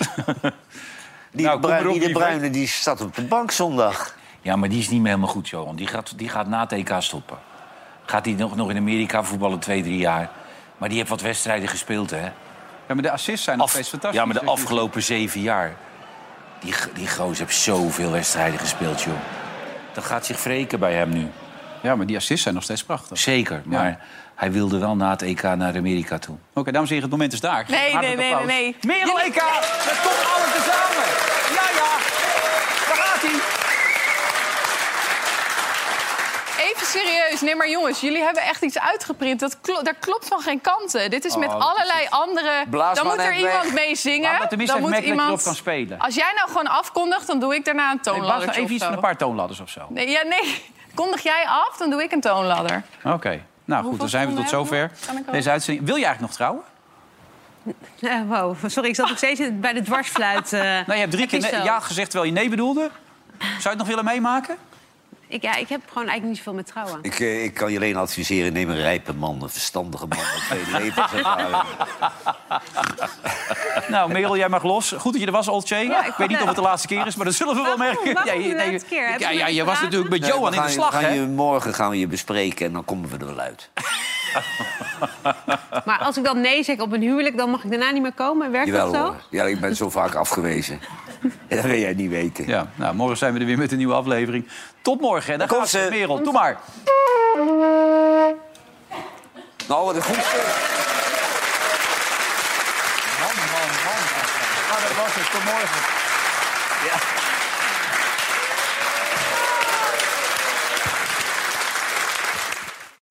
S3: Die,
S1: Nou, kom
S3: Bruin-
S1: erop,
S3: die de
S1: lieverd.
S3: Bruine die zat op de bank zondag.
S1: Ja, maar die is niet meer helemaal goed, Johan. Die gaat, die gaat na het EK stoppen. Gaat hij nog, nog in Amerika voetballen twee, drie jaar. Maar die heeft wat wedstrijden gespeeld, hè?
S4: Ja, maar de assists zijn nog
S1: Af-
S4: steeds fantastisch.
S1: ja, maar de
S4: Dus die-
S1: afgelopen zeven jaar. Die, g- die gozer heeft zoveel wedstrijden gespeeld, joh. Dat gaat zich wreken bij hem nu.
S4: Ja, maar die assists zijn nog steeds prachtig.
S1: Zeker, maar hij wilde wel na het EK naar Amerika toe.
S4: Oké, dames en heren, het moment is daar.
S7: Nee,
S4: Hartelijk
S7: nee, nee,
S4: applaus.
S7: nee, nee.
S4: Merel
S7: Jullie-
S4: EK, dat komt alles tezamen. Ja, ja. Daar gaat hij.
S7: Even serieus. Nee, maar jongens, jullie hebben echt iets uitgeprint. Dat klo- daar klopt van geen kanten. Dit is met allerlei andere...
S3: Blaas
S7: dan
S3: maar
S7: moet er
S3: net weg.
S7: iemand mee
S4: Oh, Maar
S7: zingen.
S4: dat tenminste
S7: dan
S4: heeft
S7: moet
S4: Mac dat je erop kan spelen.
S7: Als jij nou gewoon afkondigt, dan doe ik daarna een
S4: Nee,
S7: toonladder.
S4: Bas, nou even iets van een paar toonladders of zo.
S7: Nee, ja, nee. Kondig jij af, dan doe ik een toonladder.
S4: Oké. Nou goed,
S7: Hoeveel
S4: dan zijn we tot
S7: seconden
S4: zover.
S7: hebben we nog? Kan ik al-
S4: Deze uitzending. Wil je eigenlijk nog trouwen?
S6: Eh, wow, sorry, ik zat nog steeds bij de dwarsfluit. eh,
S4: Nou, je hebt drie keer nee-
S6: episode.
S4: ja gezegd terwijl je nee bedoelde. Zou je het nog willen meemaken?
S6: Ik, ja, ik heb gewoon eigenlijk niet zoveel met trouwen.
S3: Ik, eh, ik kan je alleen adviseren, neem een rijpe man, een verstandige man. met Twee levenservaring.
S4: Nou, Merel, jij mag los. Goed dat je er was, Old Chain.
S6: Ja, ik
S4: ik weet niet
S6: eh,
S4: of het de laatste keer is, maar dat zullen we wel
S6: Waarom?
S4: merken.
S6: Waarom
S4: Ja, je-
S6: de
S4: nee,
S6: laatste keer?
S4: ik-
S6: Hebben
S4: ja,
S6: we
S4: ja,
S6: met
S4: je
S6: de
S4: was
S6: vragen?
S4: natuurlijk met
S3: Nee, we
S4: Johan in
S3: gaan
S4: de
S3: je-
S4: slag,
S3: gaan
S4: hè?
S3: je- Morgen gaan we je bespreken en dan komen we er wel uit.
S6: Maar als ik dan nee zeg op een huwelijk, dan mag ik daarna niet meer komen. Werkt
S3: Jawel
S6: dat zo?
S3: hoor. Ja, ik ben zo vaak afgewezen. Dat wil jij niet weten.
S4: Ja, nou, morgen zijn we er weer met een nieuwe aflevering. Tot morgen. En dan
S3: Daar
S4: komt
S3: komt
S4: ze.
S3: ze.
S4: Merel, doe maar.
S3: Nou, wat een goed stuk.
S4: Man, man, man. Nou, dat was het. Tot morgen.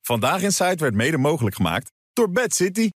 S10: Vandaag in Site werd mede mogelijk gemaakt door Bad City.